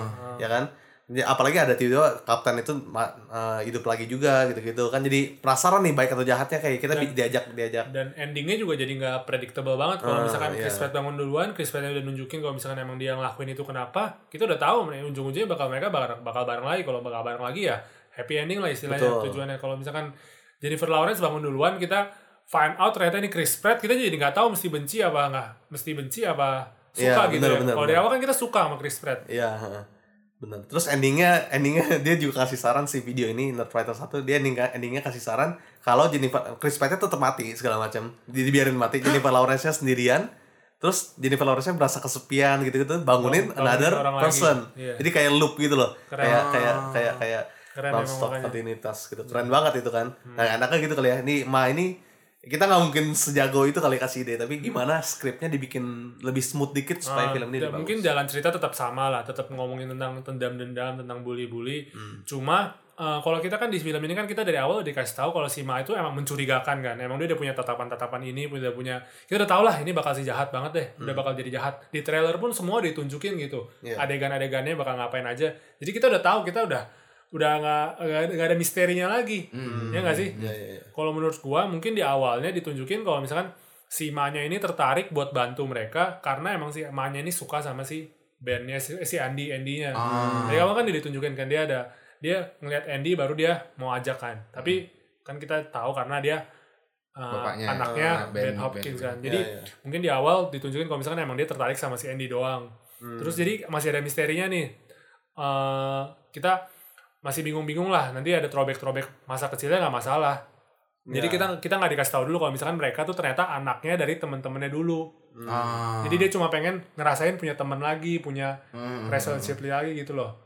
Speaker 1: ya kan Ya, apalagi ada tiba-tiba kapten itu ma- eh, hidup lagi juga gitu-gitu kan jadi penasaran nih baik atau jahatnya kayak kita bi- diajak diajak
Speaker 2: dan endingnya juga jadi nggak predictable banget kalau
Speaker 1: Ya. Ah,
Speaker 2: misalkan
Speaker 1: iya.
Speaker 2: Chris Pratt bangun duluan Chris Pratt udah nunjukin kalau misalkan emang dia ngelakuin itu kenapa kita udah tahu men- ujung-ujungnya bakal mereka bakal, bakal bareng lagi kalau bakal bareng lagi ya happy ending lah istilahnya
Speaker 1: Betul.
Speaker 2: tujuannya kalau misalkan Jennifer Lawrence bangun duluan kita find out ternyata ini Chris Pratt kita jadi nggak tahu mesti benci apa nggak mesti benci apa suka
Speaker 1: Iya,
Speaker 2: gitu
Speaker 1: bener,
Speaker 2: ya
Speaker 1: bener,
Speaker 2: kalau dari
Speaker 1: bener.
Speaker 2: awal kan kita suka sama Chris Pratt
Speaker 1: Iya, heeh. benar. Terus endingnya, endingnya dia juga kasih saran si video ini Nerd Fighter 1 dia ending, endingnya kasih saran kalau Jennifer Chris Pratt-nya tetap mati segala macam. Di- Dibiarin mati Jennifer Lawrence-nya sendirian. Terus Jennifer Lawrence-nya merasa kesepian gitu-gitu, bangunin
Speaker 2: Bangun- bangunin
Speaker 1: another
Speaker 2: orang lagi.
Speaker 1: person.
Speaker 2: Iya.
Speaker 1: Jadi kayak loop gitu loh.
Speaker 2: Keren. Ah.
Speaker 1: Kayak kayak kayak kayak
Speaker 2: Keren
Speaker 1: non
Speaker 2: emang Hmm.
Speaker 1: stop
Speaker 2: makanya.
Speaker 1: kontinuitas gitu. Keren banget itu kan. Nah, enaknya gitu kali ya. Ini Ma ini kita nggak mungkin sejago itu kali kasih ide tapi gimana skripnya dibikin lebih smooth dikit supaya
Speaker 2: Ah,
Speaker 1: film ini
Speaker 2: dan
Speaker 1: lebih bagus.
Speaker 2: mungkin jalan cerita tetap sama lah tetap ngomongin tentang dendam-dendam tentang bully-bully
Speaker 1: Hmm.
Speaker 2: cuma eh, kalau kita kan di film ini kan kita dari awal udah dikasih tahu kalau si Ma itu emang mencurigakan kan emang dia udah punya tatapan-tatapan ini udah punya kita udah tau lah ini bakal si jahat banget deh udah bakal jadi jahat di trailer pun semua ditunjukin gitu
Speaker 1: Hmm. Iya.
Speaker 2: adegan-adegannya bakal ngapain aja jadi kita udah tahu kita udah udah nggak nggak- nggak ada misterinya lagi
Speaker 1: Hmm.
Speaker 2: ya nggak sih
Speaker 1: Iya.
Speaker 2: kalau menurut gua mungkin di awalnya ditunjukin kalau misalkan si Manya ini tertarik buat bantu mereka karena emang si Manya ini suka sama si bandnya si, si Andy Andy-nya. Jadi awal kan dia ditunjukin kan dia ada dia ngelihat Andy baru dia mau ajak kan. Tapi kan kita tahu karena dia uh,
Speaker 3: Bapaknya,
Speaker 2: anaknya
Speaker 3: uh,
Speaker 2: Ben
Speaker 3: Ben-
Speaker 2: Hopkins
Speaker 3: Ben-
Speaker 2: kan. Jadi
Speaker 3: iya.
Speaker 2: mungkin di awal ditunjukin kalau misalkan emang dia tertarik sama si Andy doang.
Speaker 3: Hmm.
Speaker 2: Terus jadi masih ada misterinya nih. Eh, kita masih bingung-bingung lah. Nanti ada throwback-throwback masa kecilnya nggak masalah. Jadi
Speaker 3: Iya.
Speaker 2: kita kita nggak dikasih tahu dulu kalau misalkan mereka tuh ternyata anaknya dari teman-temannya dulu.
Speaker 1: Hmm.
Speaker 3: Ah. Hmm,
Speaker 2: Jadi dia cuma pengen ngerasain punya teman lagi, punya relationship lagi gitu loh.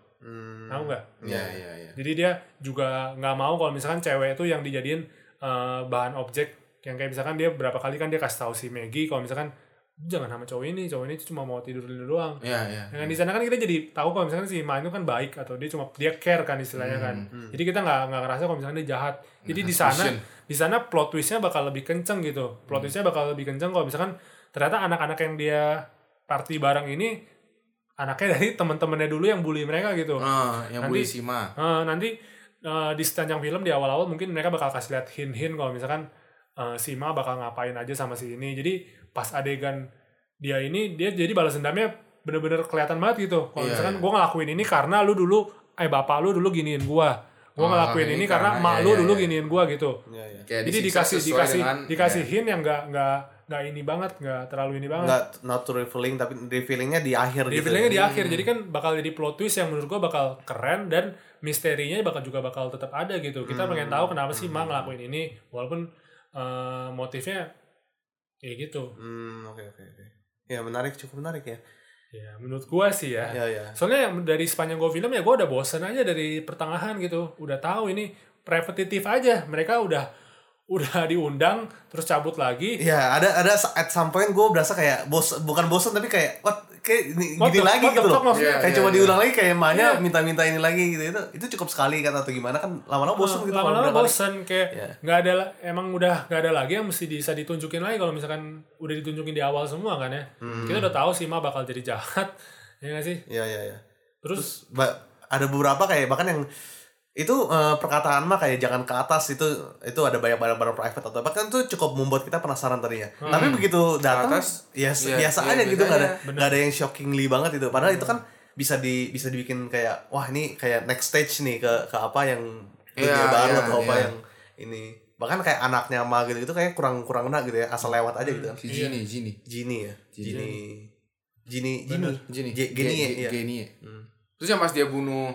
Speaker 2: Tahu nggak?
Speaker 3: Iya, iya, iya.
Speaker 2: Jadi dia juga nggak mau kalau misalkan cewek itu yang dijadiin eh, bahan objek yang kayak misalkan dia berapa kali kan dia kasih tahu si Maggie kalau misalkan jangan sama cowok ini, cowok ini cuma mau tidur tidur doang.
Speaker 3: Iya, iya.
Speaker 2: Dengan di sana kan kita jadi tahu kalau misalkan si Ma itu kan baik atau dia cuma dia care kan istilahnya kan. Jadi kita nggak nggak ngerasa kalau misalkan dia jahat. Jadi di sana
Speaker 3: suspicion.
Speaker 2: di sana plot twistnya bakal lebih kenceng gitu. Plot twistnya bakal lebih kenceng kalau misalkan ternyata anak-anak yang dia party bareng ini anaknya dari teman-temannya dulu yang bully mereka gitu.
Speaker 3: Ah, yang
Speaker 2: Nanti-
Speaker 3: bully si Ma.
Speaker 2: Eh, nanti eh, di sepanjang film di awal-awal mungkin mereka bakal kasih lihat hint-hint kalau misalkan eh, si Ma bakal ngapain aja sama si ini. Jadi pas adegan dia ini dia jadi balas dendamnya bener-bener kelihatan banget gitu. Kalau
Speaker 3: Iya,
Speaker 2: misalkan
Speaker 3: iya.
Speaker 2: gua ngelakuin ini karena lu dulu eh bapak lu dulu giniin gua. Gua
Speaker 3: Oh,
Speaker 2: ngelakuin ini
Speaker 3: ini
Speaker 2: karena
Speaker 3: karena-
Speaker 2: mak
Speaker 3: iya,
Speaker 2: lu
Speaker 3: iya,
Speaker 2: dulu
Speaker 3: iya.
Speaker 2: giniin gua gitu.
Speaker 3: Kayak
Speaker 2: Jadi
Speaker 3: disiksa
Speaker 2: dikasih
Speaker 3: sesuai
Speaker 2: dikasih
Speaker 3: dengan-
Speaker 2: dikasih
Speaker 3: iya.
Speaker 2: hint yang nggak nggak nggak ini banget nggak terlalu ini banget.
Speaker 1: nggak not to revealing tapi revealingnya di akhir gitu
Speaker 2: Revealingnya
Speaker 1: ya.
Speaker 2: di akhir, jadi kan bakal jadi plot twist yang menurut gua bakal keren dan misterinya bakal juga bakal tetap ada gitu. Kita pengen tahu kenapa sih Ma ngelakuin ini, walaupun eh, motifnya ya gitu.
Speaker 1: hmm oke oke oke ya menarik cukup menarik ya
Speaker 2: Ya menurut gua sih ya.
Speaker 1: ya ya
Speaker 2: Soalnya yang dari sepanjang gua film ya gua udah bosen aja dari pertengahan gitu. Udah tahu ini repetitif aja. Mereka udah udah diundang terus cabut lagi.
Speaker 1: ya ada ada sa- at some point gue berasa kayak bos bukan bosan tapi kayak what kayak ini-
Speaker 2: What
Speaker 1: gini
Speaker 2: the-
Speaker 1: lagi
Speaker 2: what the
Speaker 1: gitu loh
Speaker 2: fuck maksudnya?
Speaker 1: kayak
Speaker 3: Iya,
Speaker 1: cuma
Speaker 3: iya,
Speaker 1: diulang lagi kayak emaknya
Speaker 2: Iya.
Speaker 1: minta-minta ini lagi gitu itu itu cukup sekali kan atau gimana kan lama-lama bosan gitu
Speaker 2: Iya, lama-lama
Speaker 1: kalau berapa
Speaker 2: bosen kayak
Speaker 1: Iya.
Speaker 2: nggak ada la- emang udah nggak ada lagi yang mesti bisa ditunjukin lagi kalau misalkan udah ditunjukin di awal semua kan ya
Speaker 1: Hmm.
Speaker 2: kita udah tahu sih Ma bakal jadi jahat ya nggak sih
Speaker 1: kali. ya ya ya
Speaker 2: terus
Speaker 1: Ba- ada beberapa kayak bahkan yang itu eh, perkataan mah kayak jangan ke atas itu itu ada banyak barang-barang private atau bahkan itu cukup membuat kita penasaran tadinya. Tapi begitu datang
Speaker 3: Hmm. atas,
Speaker 1: ya se-
Speaker 3: iya,
Speaker 1: biasa
Speaker 3: iya, Hmm.
Speaker 1: aja
Speaker 3: biasa
Speaker 1: gitu nggak ada
Speaker 3: aja.
Speaker 1: nggak ada yang shockingly banget itu. Padahal itu kan bisa di bisa dibikin kayak wah ini kayak next stage nih ke ke apa yang dunia
Speaker 3: Iya,
Speaker 1: baru
Speaker 3: iya,
Speaker 1: atau apa
Speaker 3: iya.
Speaker 1: yang ini bahkan kayak anaknya mah gitu gitu kayak kurang kurang enak gitu ya asal
Speaker 3: Hmm.
Speaker 1: lewat aja gitu kan.
Speaker 2: Iya.
Speaker 3: Si Jini, Jini.
Speaker 1: Genie ya. Genie. Genie.
Speaker 2: Bener.
Speaker 3: Jini.
Speaker 1: Genie. Ge- Genie.
Speaker 3: Ge-
Speaker 1: ya.
Speaker 3: Genie. Terus yang pas dia bunuh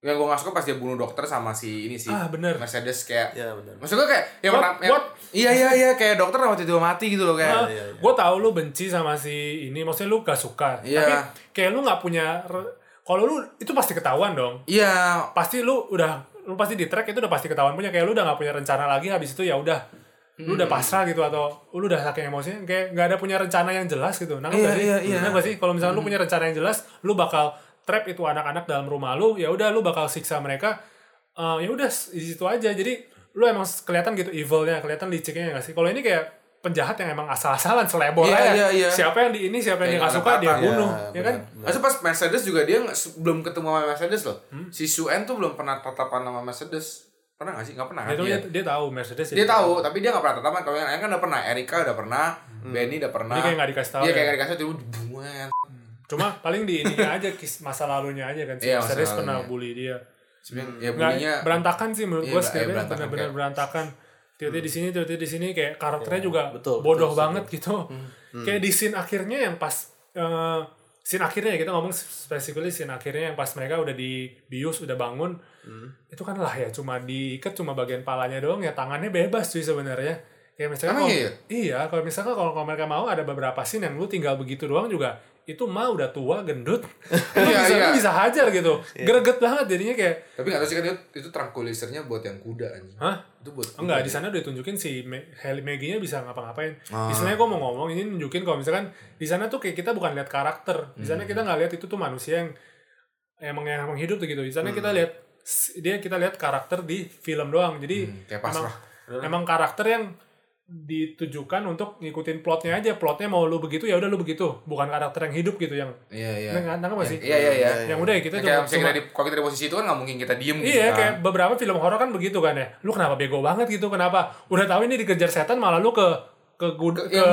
Speaker 3: yang gue gak suka pas dia bunuh dokter sama si ini sih
Speaker 2: Ah, bener.
Speaker 3: Mercedes kayak
Speaker 1: Iya, bener.
Speaker 3: maksud gue kayak yang
Speaker 2: What?
Speaker 3: pertama yang-
Speaker 2: What?
Speaker 3: iya iya iya kayak dokter waktu itu mati gitu loh kayak
Speaker 1: iya,
Speaker 2: gue tau lu benci sama si ini maksudnya lu gak suka
Speaker 3: Iya.
Speaker 2: tapi kayak lu nggak punya re- kalau lu itu pasti ketahuan dong
Speaker 3: iya
Speaker 2: pasti lu udah lu pasti di track itu udah pasti ketahuan punya kayak lu udah nggak punya rencana lagi habis itu ya udah lu udah
Speaker 3: Hmm.
Speaker 2: pasrah gitu atau lu udah saking emosinya kayak nggak ada punya rencana yang jelas gitu nangkep
Speaker 3: Iya,
Speaker 2: gak sih
Speaker 3: iya, iya.
Speaker 2: Nangkep gak sih kalau misalnya lu punya rencana yang jelas lu bakal trap itu anak-anak dalam rumah lu ya udah lu bakal siksa mereka Eh, ya udah s- di situ aja jadi lu emang s- kelihatan gitu evilnya kelihatan liciknya nggak sih kalau ini kayak penjahat yang emang asal-asalan selebor
Speaker 3: Iya,
Speaker 2: aja
Speaker 3: iya, iya.
Speaker 2: siapa yang di ini siapa yang dia nggak
Speaker 3: Kayak nggak Iya,
Speaker 2: suka
Speaker 3: ada
Speaker 2: dia
Speaker 3: apa-apa.
Speaker 2: bunuh ya kan
Speaker 3: Masa pas Mercedes juga dia nggak- sebelum ketemu sama Mercedes loh.
Speaker 2: Hmm.
Speaker 3: Si Suen tuh belum pernah tatapan sama Mercedes. Pernah gak sih? Gak pernah. kan?
Speaker 2: itu
Speaker 3: Iya.
Speaker 2: dia, dia tahu Mercedes ya.
Speaker 3: dia tahu tapi dia nggak pernah tatapan kalau yang lain kan udah pernah Erika udah pernah Benny udah pernah
Speaker 2: Hmm. Dia kayak nggak dikasih tahu
Speaker 3: dia
Speaker 2: ya.
Speaker 3: kayak nggak dikasih tahu tiba-tiba bungan
Speaker 2: cuma paling di ininya aja kis masa lalunya aja kan si
Speaker 3: Iya, masa
Speaker 2: Mercedes pernah
Speaker 3: lalunya.
Speaker 2: bully dia
Speaker 3: sebenarnya ya
Speaker 2: Hmm. Nggak,
Speaker 3: bunyinya
Speaker 2: berantakan sih menurut
Speaker 3: Iya,
Speaker 2: gue
Speaker 3: ba- iya,
Speaker 2: setiapnya
Speaker 3: berantakan
Speaker 2: benar-benar
Speaker 3: kayak- Iya,
Speaker 2: berantakan tiba-tiba di sini tiba-tiba di sini kayak karakternya juga
Speaker 1: betul,
Speaker 2: bodoh banget gitu
Speaker 3: Hmm.
Speaker 2: kayak di scene akhirnya yang pas eh, scene akhirnya ya kita ngomong specifically scene akhirnya yang pas mereka udah di bius udah bangun
Speaker 3: Hmm.
Speaker 2: itu kan lah ya cuma diikat cuma bagian palanya doang ya tangannya bebas sih sebenarnya kayak misalkan
Speaker 3: Emang
Speaker 2: kalau-
Speaker 3: iya?
Speaker 2: iya kalau misalkan kalau kalau mereka mau ada beberapa scene yang lu tinggal begitu doang juga itu mah udah tua gendut lu
Speaker 3: Iya,
Speaker 2: bisa, lu
Speaker 3: iya.
Speaker 2: bisa hajar gitu greget banget jadinya kayak
Speaker 3: tapi nggak tahu sih kan itu, itu tranquilizernya buat yang kuda anjing
Speaker 2: hah Oh,
Speaker 3: itu buat kuda.
Speaker 2: Enggak, di sana udah ditunjukin si Me- Halle Maggie-nya bisa ngapa-ngapain.
Speaker 3: Ah.
Speaker 2: Di sana gue mau ngomong ini nunjukin kalau misalkan di sana tuh kayak kita bukan lihat karakter. Di sana
Speaker 3: Hmm.
Speaker 2: kita nggak lihat itu tuh manusia yang emang yang emang hidup tuh gitu. Di sana
Speaker 3: Hmm.
Speaker 2: kita lihat s- dia kita lihat karakter di film doang. Jadi
Speaker 3: Hmm, kayak
Speaker 2: emang,
Speaker 3: pasrah
Speaker 2: emang karakter yang ditujukan untuk ngikutin plotnya aja. Plotnya mau lu begitu ya udah lu begitu. Bukan karakter yang hidup gitu yang
Speaker 3: iya iya
Speaker 2: Nggak- nggak apa sih?
Speaker 3: iya iya iya
Speaker 2: yang udah ya kita
Speaker 3: Kayak
Speaker 2: cuma-
Speaker 3: misalnya
Speaker 2: cuma-
Speaker 3: kita di, kalau kita di posisi itu kan nggak mungkin kita diem gitu
Speaker 2: Iya,
Speaker 3: kan.
Speaker 2: kayak beberapa film horor kan begitu kan ya. Lu kenapa bego banget gitu? Kenapa? Udah tahu ini dikejar setan malah lu ke ke gud
Speaker 3: Ke- yang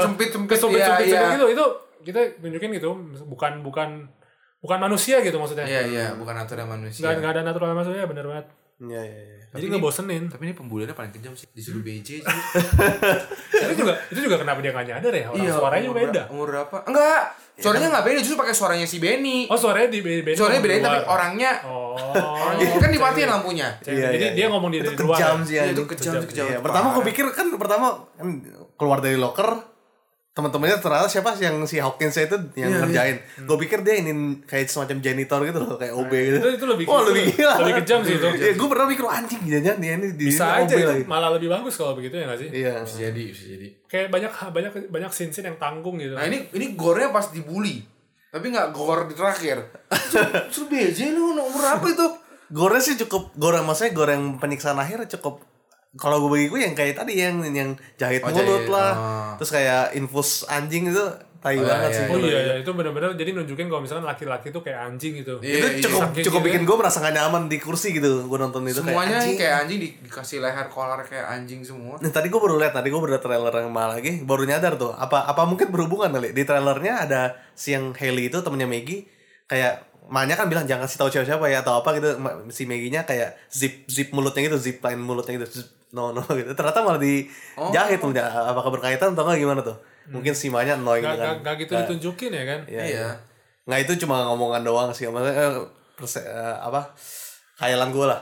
Speaker 2: ke
Speaker 3: sempit-sempit,
Speaker 2: sempit, sempit,
Speaker 3: iya, iya.
Speaker 2: gitu. Itu kita tunjukin gitu, bukan bukan bukan manusia gitu maksudnya.
Speaker 3: iya iya bukan aturan manusia
Speaker 2: Nggak, nggak ada natural maksudnya ya, bener banget.
Speaker 1: Iya, iya, iya.
Speaker 2: Jadi ngebosenin.
Speaker 3: tapi ini pembuliannya paling kejam sih disuruh BJ sih.
Speaker 2: itu juga itu juga kenapa dia nggak nyadar ya? Orang
Speaker 3: Iya,
Speaker 2: suaranya juga
Speaker 3: umur ber-
Speaker 2: beda.
Speaker 3: umur berapa Ya kan. enggak suaranya nggak beda justru pakai suaranya si Benny
Speaker 2: Oh, suaranya di beda.
Speaker 3: suaranya beda tapi orangnya
Speaker 2: Oh.
Speaker 3: orangnya kan dimatiin lampunya
Speaker 2: Cewek. Jadi dia ngomong di
Speaker 1: Iya, itu
Speaker 2: di luar.
Speaker 1: kejam
Speaker 2: ya.
Speaker 1: sih ya.
Speaker 3: itu kejam itu kejam
Speaker 1: Iya,
Speaker 3: itu
Speaker 1: pertama
Speaker 3: parah.
Speaker 1: gue pikir kan pertama kan keluar dari locker teman-temannya ternyata siapa sih yang si Hawkins itu
Speaker 2: Iya,
Speaker 1: yang ngerjain.
Speaker 2: Hmm.
Speaker 1: Gue pikir dia ingin kayak semacam janitor gitu loh, kayak OB gitu.
Speaker 2: Nah, Itu- itu lebih-
Speaker 1: Wah, lebih
Speaker 2: itu
Speaker 1: gila.
Speaker 2: lebih kejam sih itu.
Speaker 1: Iya, gue pernah mikir "Wah, anjing jangan dia ini di
Speaker 2: Bisa
Speaker 1: ini
Speaker 2: aja
Speaker 1: OB
Speaker 2: itu
Speaker 1: lagi.
Speaker 2: malah lebih bagus kalau begitu ya nggak sih?
Speaker 1: Iya.
Speaker 3: bisa jadi bisa jadi
Speaker 2: Kayak banyak banyak banyak scene-scene yang tanggung gitu.
Speaker 3: nah ini ini gornya pas dibully tapi nggak gor di terakhir suruh BJ lu nomor apa itu
Speaker 1: Goreng sih cukup goreng maksudnya goreng penyiksaan akhir cukup kalau gue bagi gue yang kayak tadi yang yang jahit
Speaker 3: Oh,
Speaker 1: mulut
Speaker 3: jahit.
Speaker 1: lah.
Speaker 3: Ah.
Speaker 1: Terus kayak infus anjing itu tai
Speaker 3: iya,
Speaker 1: banget
Speaker 3: iya,
Speaker 1: sih.
Speaker 2: Oh iya, iya. itu benar-benar jadi nunjukin kalau misalkan laki-laki tuh kayak anjing gitu.
Speaker 3: Iya,
Speaker 1: itu
Speaker 3: iya.
Speaker 1: cukup
Speaker 2: Saking
Speaker 1: cukup
Speaker 2: gitu.
Speaker 1: bikin gue merasa gak nyaman di kursi gitu gue nonton itu kayak
Speaker 3: semuanya
Speaker 1: anjing.
Speaker 3: kayak anjing di- dikasih leher kolar kayak anjing semua
Speaker 1: Nah, tadi gue baru lihat tadi gue baru liat trailer yang malah lagi baru nyadar tuh apa apa mungkin berhubungan kali di trailernya ada si yang Haley itu temennya Maggie kayak Manya kan bilang jangan kasih tahu siapa siapa ya atau apa gitu Ma- si Maggie-nya kayak zip zip mulutnya gitu zip line mulutnya gitu zip, no no gitu ternyata malah dijahit tuh Ya, apakah berkaitan atau enggak gimana tuh mungkin si Manya annoying
Speaker 2: Gak,
Speaker 1: dengan
Speaker 2: gitu ditunjukin ya kan?
Speaker 1: Iya.
Speaker 3: Iya.
Speaker 1: Nggak itu cuma ngomongan doang sih. Maksudnya eh, perse- eh, apa? Khayalan gue lah.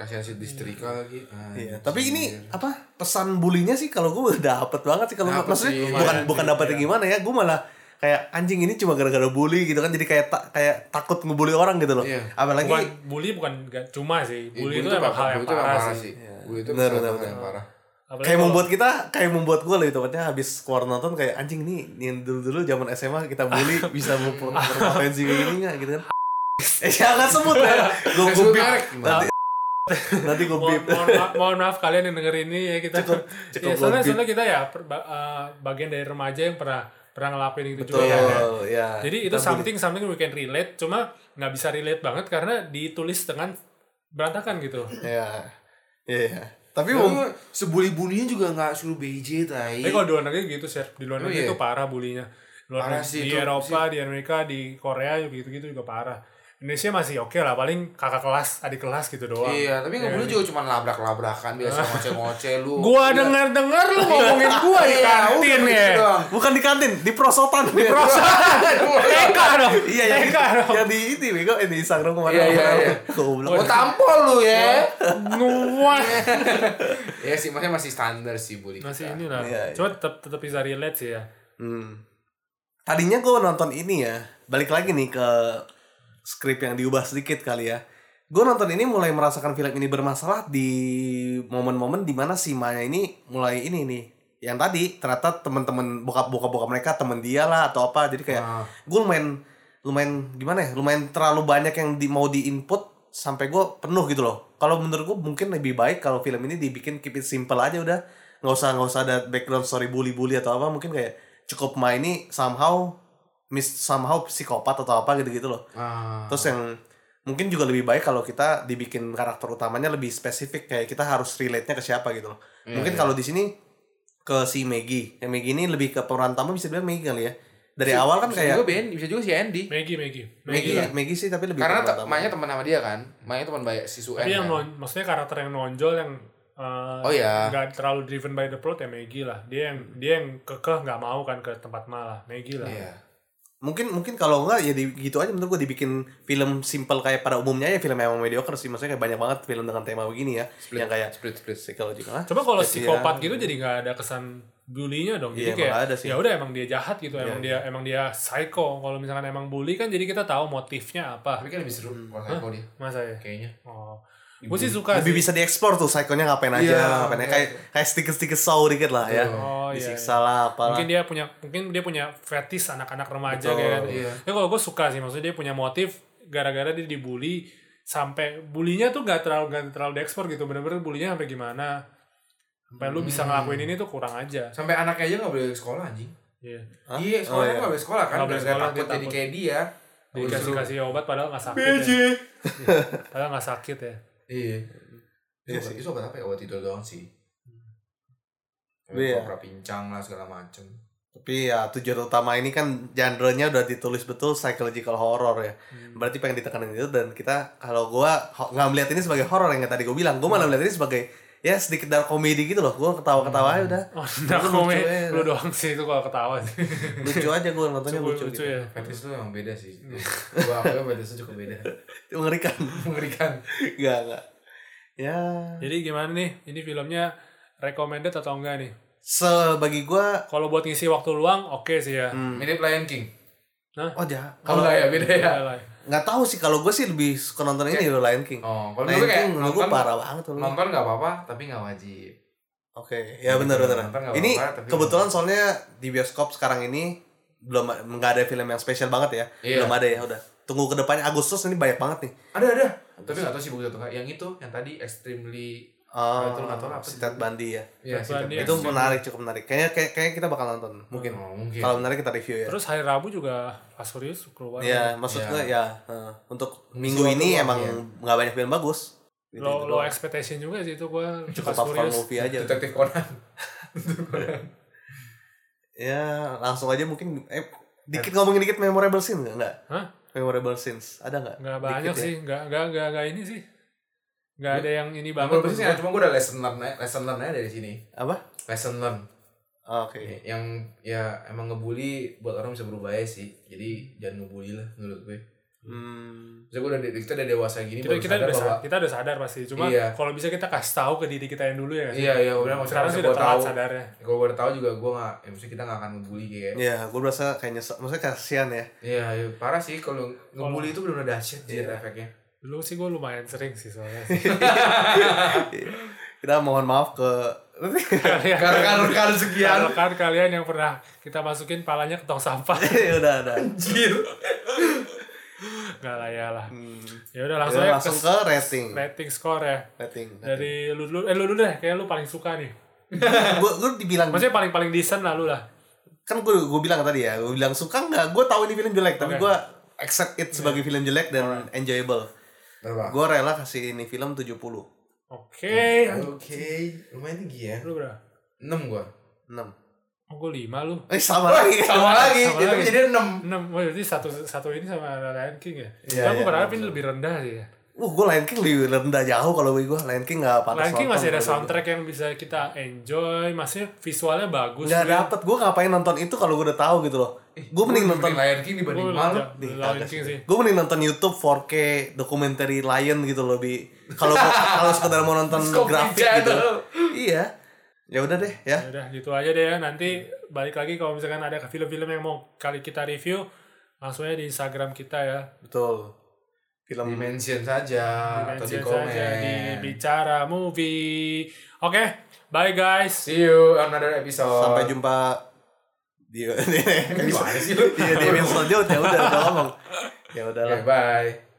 Speaker 3: kasih hasil distrika lagi Ah,
Speaker 1: Iya.
Speaker 3: Anjing.
Speaker 1: Tapi ini apa? Pesan bulinya sih kalau gue dapet banget sih kalau
Speaker 3: Dapet
Speaker 1: maksudnya bukan
Speaker 3: sih, lumayan iya.
Speaker 1: bukan dapetnya gimana ya? Gue malah kayak anjing ini cuma gara-gara bully gitu kan jadi kayak ta- kayak takut ngebully orang gitu loh.
Speaker 3: Iya.
Speaker 1: Apalagi
Speaker 2: Bukan bully bukan gak cuma sih.
Speaker 3: Ih,
Speaker 2: Bully, itu emang hal yang
Speaker 3: Iya, bully itu emang
Speaker 2: parah, sih.
Speaker 3: bully itu
Speaker 1: Bener,
Speaker 3: emang
Speaker 1: bener,
Speaker 3: hal yang
Speaker 1: bener.
Speaker 3: parah
Speaker 2: Apalagi
Speaker 1: kayak
Speaker 2: kalau-
Speaker 1: membuat kita kayak membuat gue lebih tepatnya habis keluar nonton kayak anjing nih yang dulu-dulu zaman SMA kita bully bisa memper- berpotensi kayak gini nggak gitu kan. Eh jangan sebut ya. Gue
Speaker 3: Nggak sebut
Speaker 1: beep.
Speaker 3: merek.
Speaker 1: Nanti nanti gue
Speaker 2: Mohon,
Speaker 1: beep.
Speaker 2: mohon maaf, mohon maaf kalian yang dengerin ini ya kita.
Speaker 1: Cukup- cukup
Speaker 2: ya, soalnya,
Speaker 1: lebih.
Speaker 2: soalnya kita ya per- ba- eh, bagian dari remaja yang pernah pernah ngelakuin gitu
Speaker 1: Betul,
Speaker 2: juga
Speaker 3: Iya,
Speaker 2: kan ya.
Speaker 1: ya.
Speaker 2: Jadi itu
Speaker 1: Kita bully.
Speaker 2: something something we can relate, cuma nggak bisa relate banget karena ditulis dengan berantakan gitu.
Speaker 1: Iya. Iya. iya. Tapi
Speaker 3: tapi
Speaker 1: mungkin
Speaker 3: sebuli bulinya juga nggak suruh BJ tai
Speaker 2: Tapi kalau di luar negeri gitu sih, di luar
Speaker 3: Iya. Oh,
Speaker 2: negeri
Speaker 3: iya.
Speaker 2: itu parah bulinya. Di, luar
Speaker 3: Parah
Speaker 2: negeri-
Speaker 3: sih
Speaker 2: di
Speaker 3: itu,
Speaker 2: Eropa, di Amerika, di Korea gitu-gitu juga parah. Indonesia masih oke lah, paling kakak kelas, adik kelas gitu doang.
Speaker 3: Iya, Ah. tapi ngebully juga cuma labrak-labrakan biasa ngoceh-ngoceh lu.
Speaker 2: Gua dengar-dengar lu ngomongin gua di
Speaker 3: Iya, udah
Speaker 2: kantin
Speaker 3: begitu
Speaker 2: ya.
Speaker 3: doang.
Speaker 1: bukan di kantin, di prosotan. Di
Speaker 2: TK dong.
Speaker 1: Iya, yang
Speaker 2: TK dong.
Speaker 1: yang di ini bego eh, di Instagram kemarin.
Speaker 3: Iya, iya, iya. Gua
Speaker 1: Goblok.
Speaker 3: tampol lu ya.
Speaker 2: Nuah.
Speaker 3: Iya sih, maksudnya masih standar sih bully.
Speaker 2: Masih
Speaker 3: kita.
Speaker 2: ini lah.
Speaker 1: Iya, iya.
Speaker 2: Cuma tetap tetap bisa relate sih ya.
Speaker 1: Hmm. Tadinya gue nonton ini ya, balik lagi nih ke skrip yang diubah sedikit kali ya. Gue nonton ini mulai merasakan film ini bermasalah di momen-momen dimana si Maya ini mulai ini nih yang tadi ternyata teman-teman bokap bokap bokap mereka temen dia lah atau apa jadi kayak gue lumayan lumayan gimana ya lumayan terlalu banyak yang di, mau di input sampai gue penuh gitu loh kalau menurut gue mungkin lebih baik kalau film ini dibikin keep it simple aja udah nggak usah nggak usah ada background story bully-bully atau apa mungkin kayak cukup Ma ini somehow mis somehow psikopat atau apa gitu gitu loh
Speaker 3: Ah.
Speaker 1: Terus yang mungkin juga lebih baik kalau kita dibikin karakter utamanya lebih spesifik kayak kita harus relate-nya ke siapa gitu loh.
Speaker 3: Iya,
Speaker 1: mungkin kalau di sini ke si Maggie. Yang Maggie ini lebih ke peran tamu bisa dibilang Maggie kali ya. Dari awal kan
Speaker 3: bisa
Speaker 1: kayak
Speaker 3: juga Ben, bisa juga si Andy.
Speaker 2: Maggie, Maggie.
Speaker 1: Maggie,
Speaker 3: iya.
Speaker 1: ya, Maggie sih tapi lebih
Speaker 3: Karena
Speaker 1: ke
Speaker 3: te-
Speaker 1: peran
Speaker 3: mainnya teman sama dia kan. Mainnya teman baik si Suen.
Speaker 2: Tapi yang
Speaker 3: kan?
Speaker 2: non- maksudnya karakter yang nonjol yang eh,
Speaker 3: Oh, iya.
Speaker 2: nggak terlalu driven by the plot ya Maggie lah. Dia yang dia yang kekeh nggak mau kan ke tempat malah Maggie lah.
Speaker 3: Iya.
Speaker 1: mungkin mungkin kalau enggak ya di- gitu aja menurut gue dibikin film simple kayak pada umumnya ya film yang mediocre sih maksudnya kayak banyak banget film dengan tema begini ya yang kayak
Speaker 3: Split split.
Speaker 1: psychological lah
Speaker 2: Coba kalau
Speaker 1: Iya.
Speaker 2: psikopat gitu jadi nggak ada kesan bulinya dong. Jadi
Speaker 1: Iya, emang
Speaker 2: kayak
Speaker 1: ada sih. Iya,
Speaker 2: ya udah emang dia jahat gitu, emang dia emang dia psycho. Kalau misalkan emang bully kan jadi kita tahu motifnya apa.
Speaker 3: Tapi kan lebih
Speaker 2: Hmm.
Speaker 3: seru kalau Psycho dia.
Speaker 2: Masa ya?
Speaker 3: Kayaknya.
Speaker 2: Oh. Gue sih suka
Speaker 1: lebih
Speaker 2: sih.
Speaker 1: bisa dieksplor tuh psikonya ngapain aja
Speaker 3: Iya,
Speaker 1: ngapain aja.
Speaker 3: iya.
Speaker 1: kayak kayak sedikit sedikit saw dikit lah ya
Speaker 2: Oh, iya,
Speaker 1: disiksa lah apalah
Speaker 2: mungkin dia punya mungkin dia punya fetis anak-anak remaja
Speaker 1: Betul,
Speaker 2: kayak kan.
Speaker 3: iya.
Speaker 2: Ya kalau gue suka sih maksudnya dia punya motif gara-gara dia dibully sampai bulinya tuh gak terlalu gak terlalu diekspor gitu bener-bener bulinya sampai gimana sampai lu
Speaker 1: Hmm.
Speaker 2: bisa ngelakuin ini tuh kurang aja
Speaker 3: Sampai anaknya aja nggak boleh sekolah anjing.
Speaker 2: Iya.
Speaker 3: Iya, sekolahnya nggak boleh sekolah kan.
Speaker 2: Nggak boleh
Speaker 3: Gara-gara
Speaker 2: sekolah,
Speaker 3: takut
Speaker 2: dia
Speaker 3: jadi
Speaker 2: takut.
Speaker 3: kayak dia.
Speaker 2: dikasih kasih obat padahal nggak sakit
Speaker 3: BJ.
Speaker 2: ya. padahal nggak sakit ya
Speaker 3: Iya. Iya sih. Itu obat apa ya? Obat tidur doang sih.
Speaker 1: Iya.
Speaker 3: Iya. Kopra pincang lah segala macem.
Speaker 1: Tapi ya tujuan utama ini kan genre-nya udah ditulis betul psychological horror ya.
Speaker 2: Hmm.
Speaker 1: Berarti pengen ditekanin itu dan kita kalau gua ho- nggak melihat ini sebagai horror yang tadi gua bilang, gua malah
Speaker 2: Hmm.
Speaker 1: melihat ini sebagai ya sedikit dark comedy gitu loh. Gua ketawa-ketawa aja udah.
Speaker 2: oh nah,
Speaker 1: Lucu
Speaker 2: komen
Speaker 3: ya.
Speaker 1: aja.
Speaker 2: lu doang sih itu kalau ketawa sih
Speaker 1: Lucu aja gua nontonnya
Speaker 2: Hmm. lucu,
Speaker 1: lucu,
Speaker 2: lucu
Speaker 1: gitu.
Speaker 2: ya
Speaker 3: Fetis tuh emang beda sih. Iya. Gua aku fetisnya cukup beda.
Speaker 1: Mengerikan.
Speaker 3: Mengerikan.
Speaker 1: Enggak, enggak. Ya,
Speaker 2: jadi gimana nih ini filmnya recommended atau enggak nih
Speaker 1: sebagi gua
Speaker 2: kalau buat ngisi waktu luang oke sih ya
Speaker 1: Hmm.
Speaker 3: Mirip Lion King.
Speaker 1: oh ya,
Speaker 3: Kalau nggak ya beda ya.
Speaker 2: Alay.
Speaker 1: nggak tahu sih kalau gua sih lebih suka nonton ini loh Lion King.
Speaker 3: Oh, kalau
Speaker 1: Lion
Speaker 3: dulu kayak
Speaker 1: King menurut gua
Speaker 3: nonton
Speaker 1: parah banget loh.
Speaker 3: nonton nggak apa-apa tapi nggak wajib
Speaker 1: Oke, ya benar benar.
Speaker 3: Nonton nggak
Speaker 1: Ini
Speaker 3: apa-apa, tapi
Speaker 1: kebetulan soalnya di bioskop sekarang ini belum nggak ada film yang spesial banget ya.
Speaker 3: Iya.
Speaker 1: Belum ada ya, udah. Tunggu ke depannya Agustus ini banyak banget nih.
Speaker 3: ada ada tapi nggak tahu sih buku atau nggak yang itu yang tadi extremely
Speaker 1: Oh,
Speaker 3: Betul, Nah, nggak tahu apa
Speaker 1: si
Speaker 3: sih.
Speaker 1: Ted Bundy ya.
Speaker 3: ya
Speaker 2: Ted Bundy
Speaker 1: Itu
Speaker 2: Extremely.
Speaker 1: menarik, cukup menarik. Kayaknya kayak, kayaknya kita bakal nonton mungkin.
Speaker 3: Oh, mungkin.
Speaker 1: Kalau menarik kita review ya.
Speaker 2: Terus hari Rabu juga Fast Furious keluar.
Speaker 1: ya, maksud
Speaker 3: Iya.
Speaker 1: gue ya eh, untuk minggu ini
Speaker 3: waktu
Speaker 1: emang
Speaker 3: luang,
Speaker 1: nggak banyak film bagus. Gitu,
Speaker 2: Lo
Speaker 1: gitu
Speaker 2: lo
Speaker 1: doang.
Speaker 2: expectation juga sih itu gua
Speaker 1: cukup
Speaker 2: Fast
Speaker 1: popcorn
Speaker 2: Furious.
Speaker 1: movie aja.
Speaker 3: detektif Conan
Speaker 1: Ya, langsung aja mungkin eh, dikit ngomongin dikit memorable scene nggak? Nggak.
Speaker 2: Hah?
Speaker 1: Memorable scenes ada nggak?
Speaker 2: Enggak
Speaker 1: Dikit
Speaker 2: banyak
Speaker 1: ya.
Speaker 2: sih, enggak enggak enggak enggak ini sih. Enggak ada yang ini banget.
Speaker 3: Aku sih ya, cuma gue udah lesson learn aja- lesson learn aja dari sini
Speaker 1: Apa? Ah,
Speaker 3: lesson learn
Speaker 1: Oke.
Speaker 2: Iya.
Speaker 3: Iya, yang ya emang ngebully buat orang bisa berubah ya sih jadi jangan ngebully lah menurut gue
Speaker 1: Hmm,
Speaker 3: Maksudnya gue udah kita udah dewasa gini
Speaker 2: Kita
Speaker 3: baru
Speaker 2: kita
Speaker 3: sadar
Speaker 2: udah
Speaker 3: bahwa
Speaker 2: sadar, kita udah sadar pasti. Cuma
Speaker 3: Iya.
Speaker 2: kalau bisa kita kasih tahu ke diri kita yang dulu ya. nggak sih?
Speaker 3: iya iya gue bilang maksudnya
Speaker 2: Sekarang sih
Speaker 3: kalau
Speaker 2: udah
Speaker 3: gue tahu
Speaker 2: telat sadarnya. Iya.
Speaker 3: kalau gue udah tahu juga gue nggak ya maksudnya kita nggak akan ngebully kayak
Speaker 1: ya, gue berasa kayak nyesel. Maksudnya kasihan ya.
Speaker 3: iya iya parah sih kalau ngebully itu benar-benar dahsyat sih
Speaker 2: Iya.
Speaker 3: efeknya
Speaker 2: Dulu sih gua lumayan sering sih soalnya. Iya. sih.
Speaker 1: Kita mohon maaf ke
Speaker 3: karena karena karena
Speaker 1: Ya.
Speaker 3: sekian
Speaker 2: Kalau kan kalian yang pernah kita masukin palanya ke tong sampah.
Speaker 1: udah udah.
Speaker 2: Enggak lah ya lah. Ya udah langsung
Speaker 1: Kita Hmm.
Speaker 2: aja
Speaker 1: langsung
Speaker 2: ke
Speaker 1: ke rating.
Speaker 2: rating score ya.
Speaker 1: Rating.
Speaker 2: Dari lu dulu eh lu dulu deh, kayak lu paling suka nih.
Speaker 1: Gue gue dibilang
Speaker 2: Maksudnya paling paling decent lah lu lah.
Speaker 1: kan gue gue bilang tadi ya, gue bilang suka nggak? Gue tahu ini film jelek, tapi
Speaker 2: Oke. Iya.
Speaker 1: gue accept it sebagai film jelek dan enjoyable.
Speaker 3: Berapa?
Speaker 1: Gue rela kasih ini film 70 6
Speaker 2: Oke.
Speaker 1: Hmm.
Speaker 3: Oke, lumayan tinggi ya.
Speaker 2: Lu berapa?
Speaker 3: 6 gua.
Speaker 2: Oh, gue lima lu.
Speaker 1: Eh sama lagi
Speaker 3: Sama lagi,
Speaker 2: Sama
Speaker 3: itu
Speaker 2: lagi.
Speaker 3: jadi 6.
Speaker 2: Enam. Oh, jadi satu satu ini sama Lion King ya.
Speaker 3: Iya,
Speaker 2: Tapi aku
Speaker 3: iya,
Speaker 2: berharap ini lebih rendah sih. ya.
Speaker 1: Wah gue Lion King lebih rendah jauh kalau gue gue Lion King nggak pantas
Speaker 2: Lion King
Speaker 1: nonton
Speaker 2: masih ada
Speaker 1: kalau gua.
Speaker 2: soundtrack yang bisa kita enjoy, masih visualnya bagus.
Speaker 1: nggak
Speaker 2: gitu.
Speaker 1: dapet gue ngapain nonton itu kalau gue udah tahu gitu loh gue mending nonton
Speaker 3: Lion King
Speaker 2: Eh, Gua
Speaker 3: dibanding
Speaker 2: lebih-
Speaker 3: malu.
Speaker 2: lebih Lion King sih.
Speaker 1: gue mending nonton YouTube 4K dokumenter Lion gitu loh bi kalau mau- kalau sekedar mau nonton
Speaker 3: Discovery
Speaker 1: grafik gitu
Speaker 3: Channel.
Speaker 1: iya ya udah deh ya
Speaker 2: Udah gitu aja deh ya. Nanti balik lagi kalau misalkan ada film-film yang mau kali kita review, langsung aja di Instagram kita ya.
Speaker 1: betul film
Speaker 3: di mention saja atau
Speaker 2: Mention
Speaker 3: di komen.
Speaker 2: saja di bicara movie. Oke, bye guys.
Speaker 3: See you on another episode.
Speaker 1: sampai jumpa di Iya, di
Speaker 3: Gimana sih lu?
Speaker 1: di episode selanjutnya udah udah ngomong ya
Speaker 3: Oke,
Speaker 1: udahlah
Speaker 3: bye.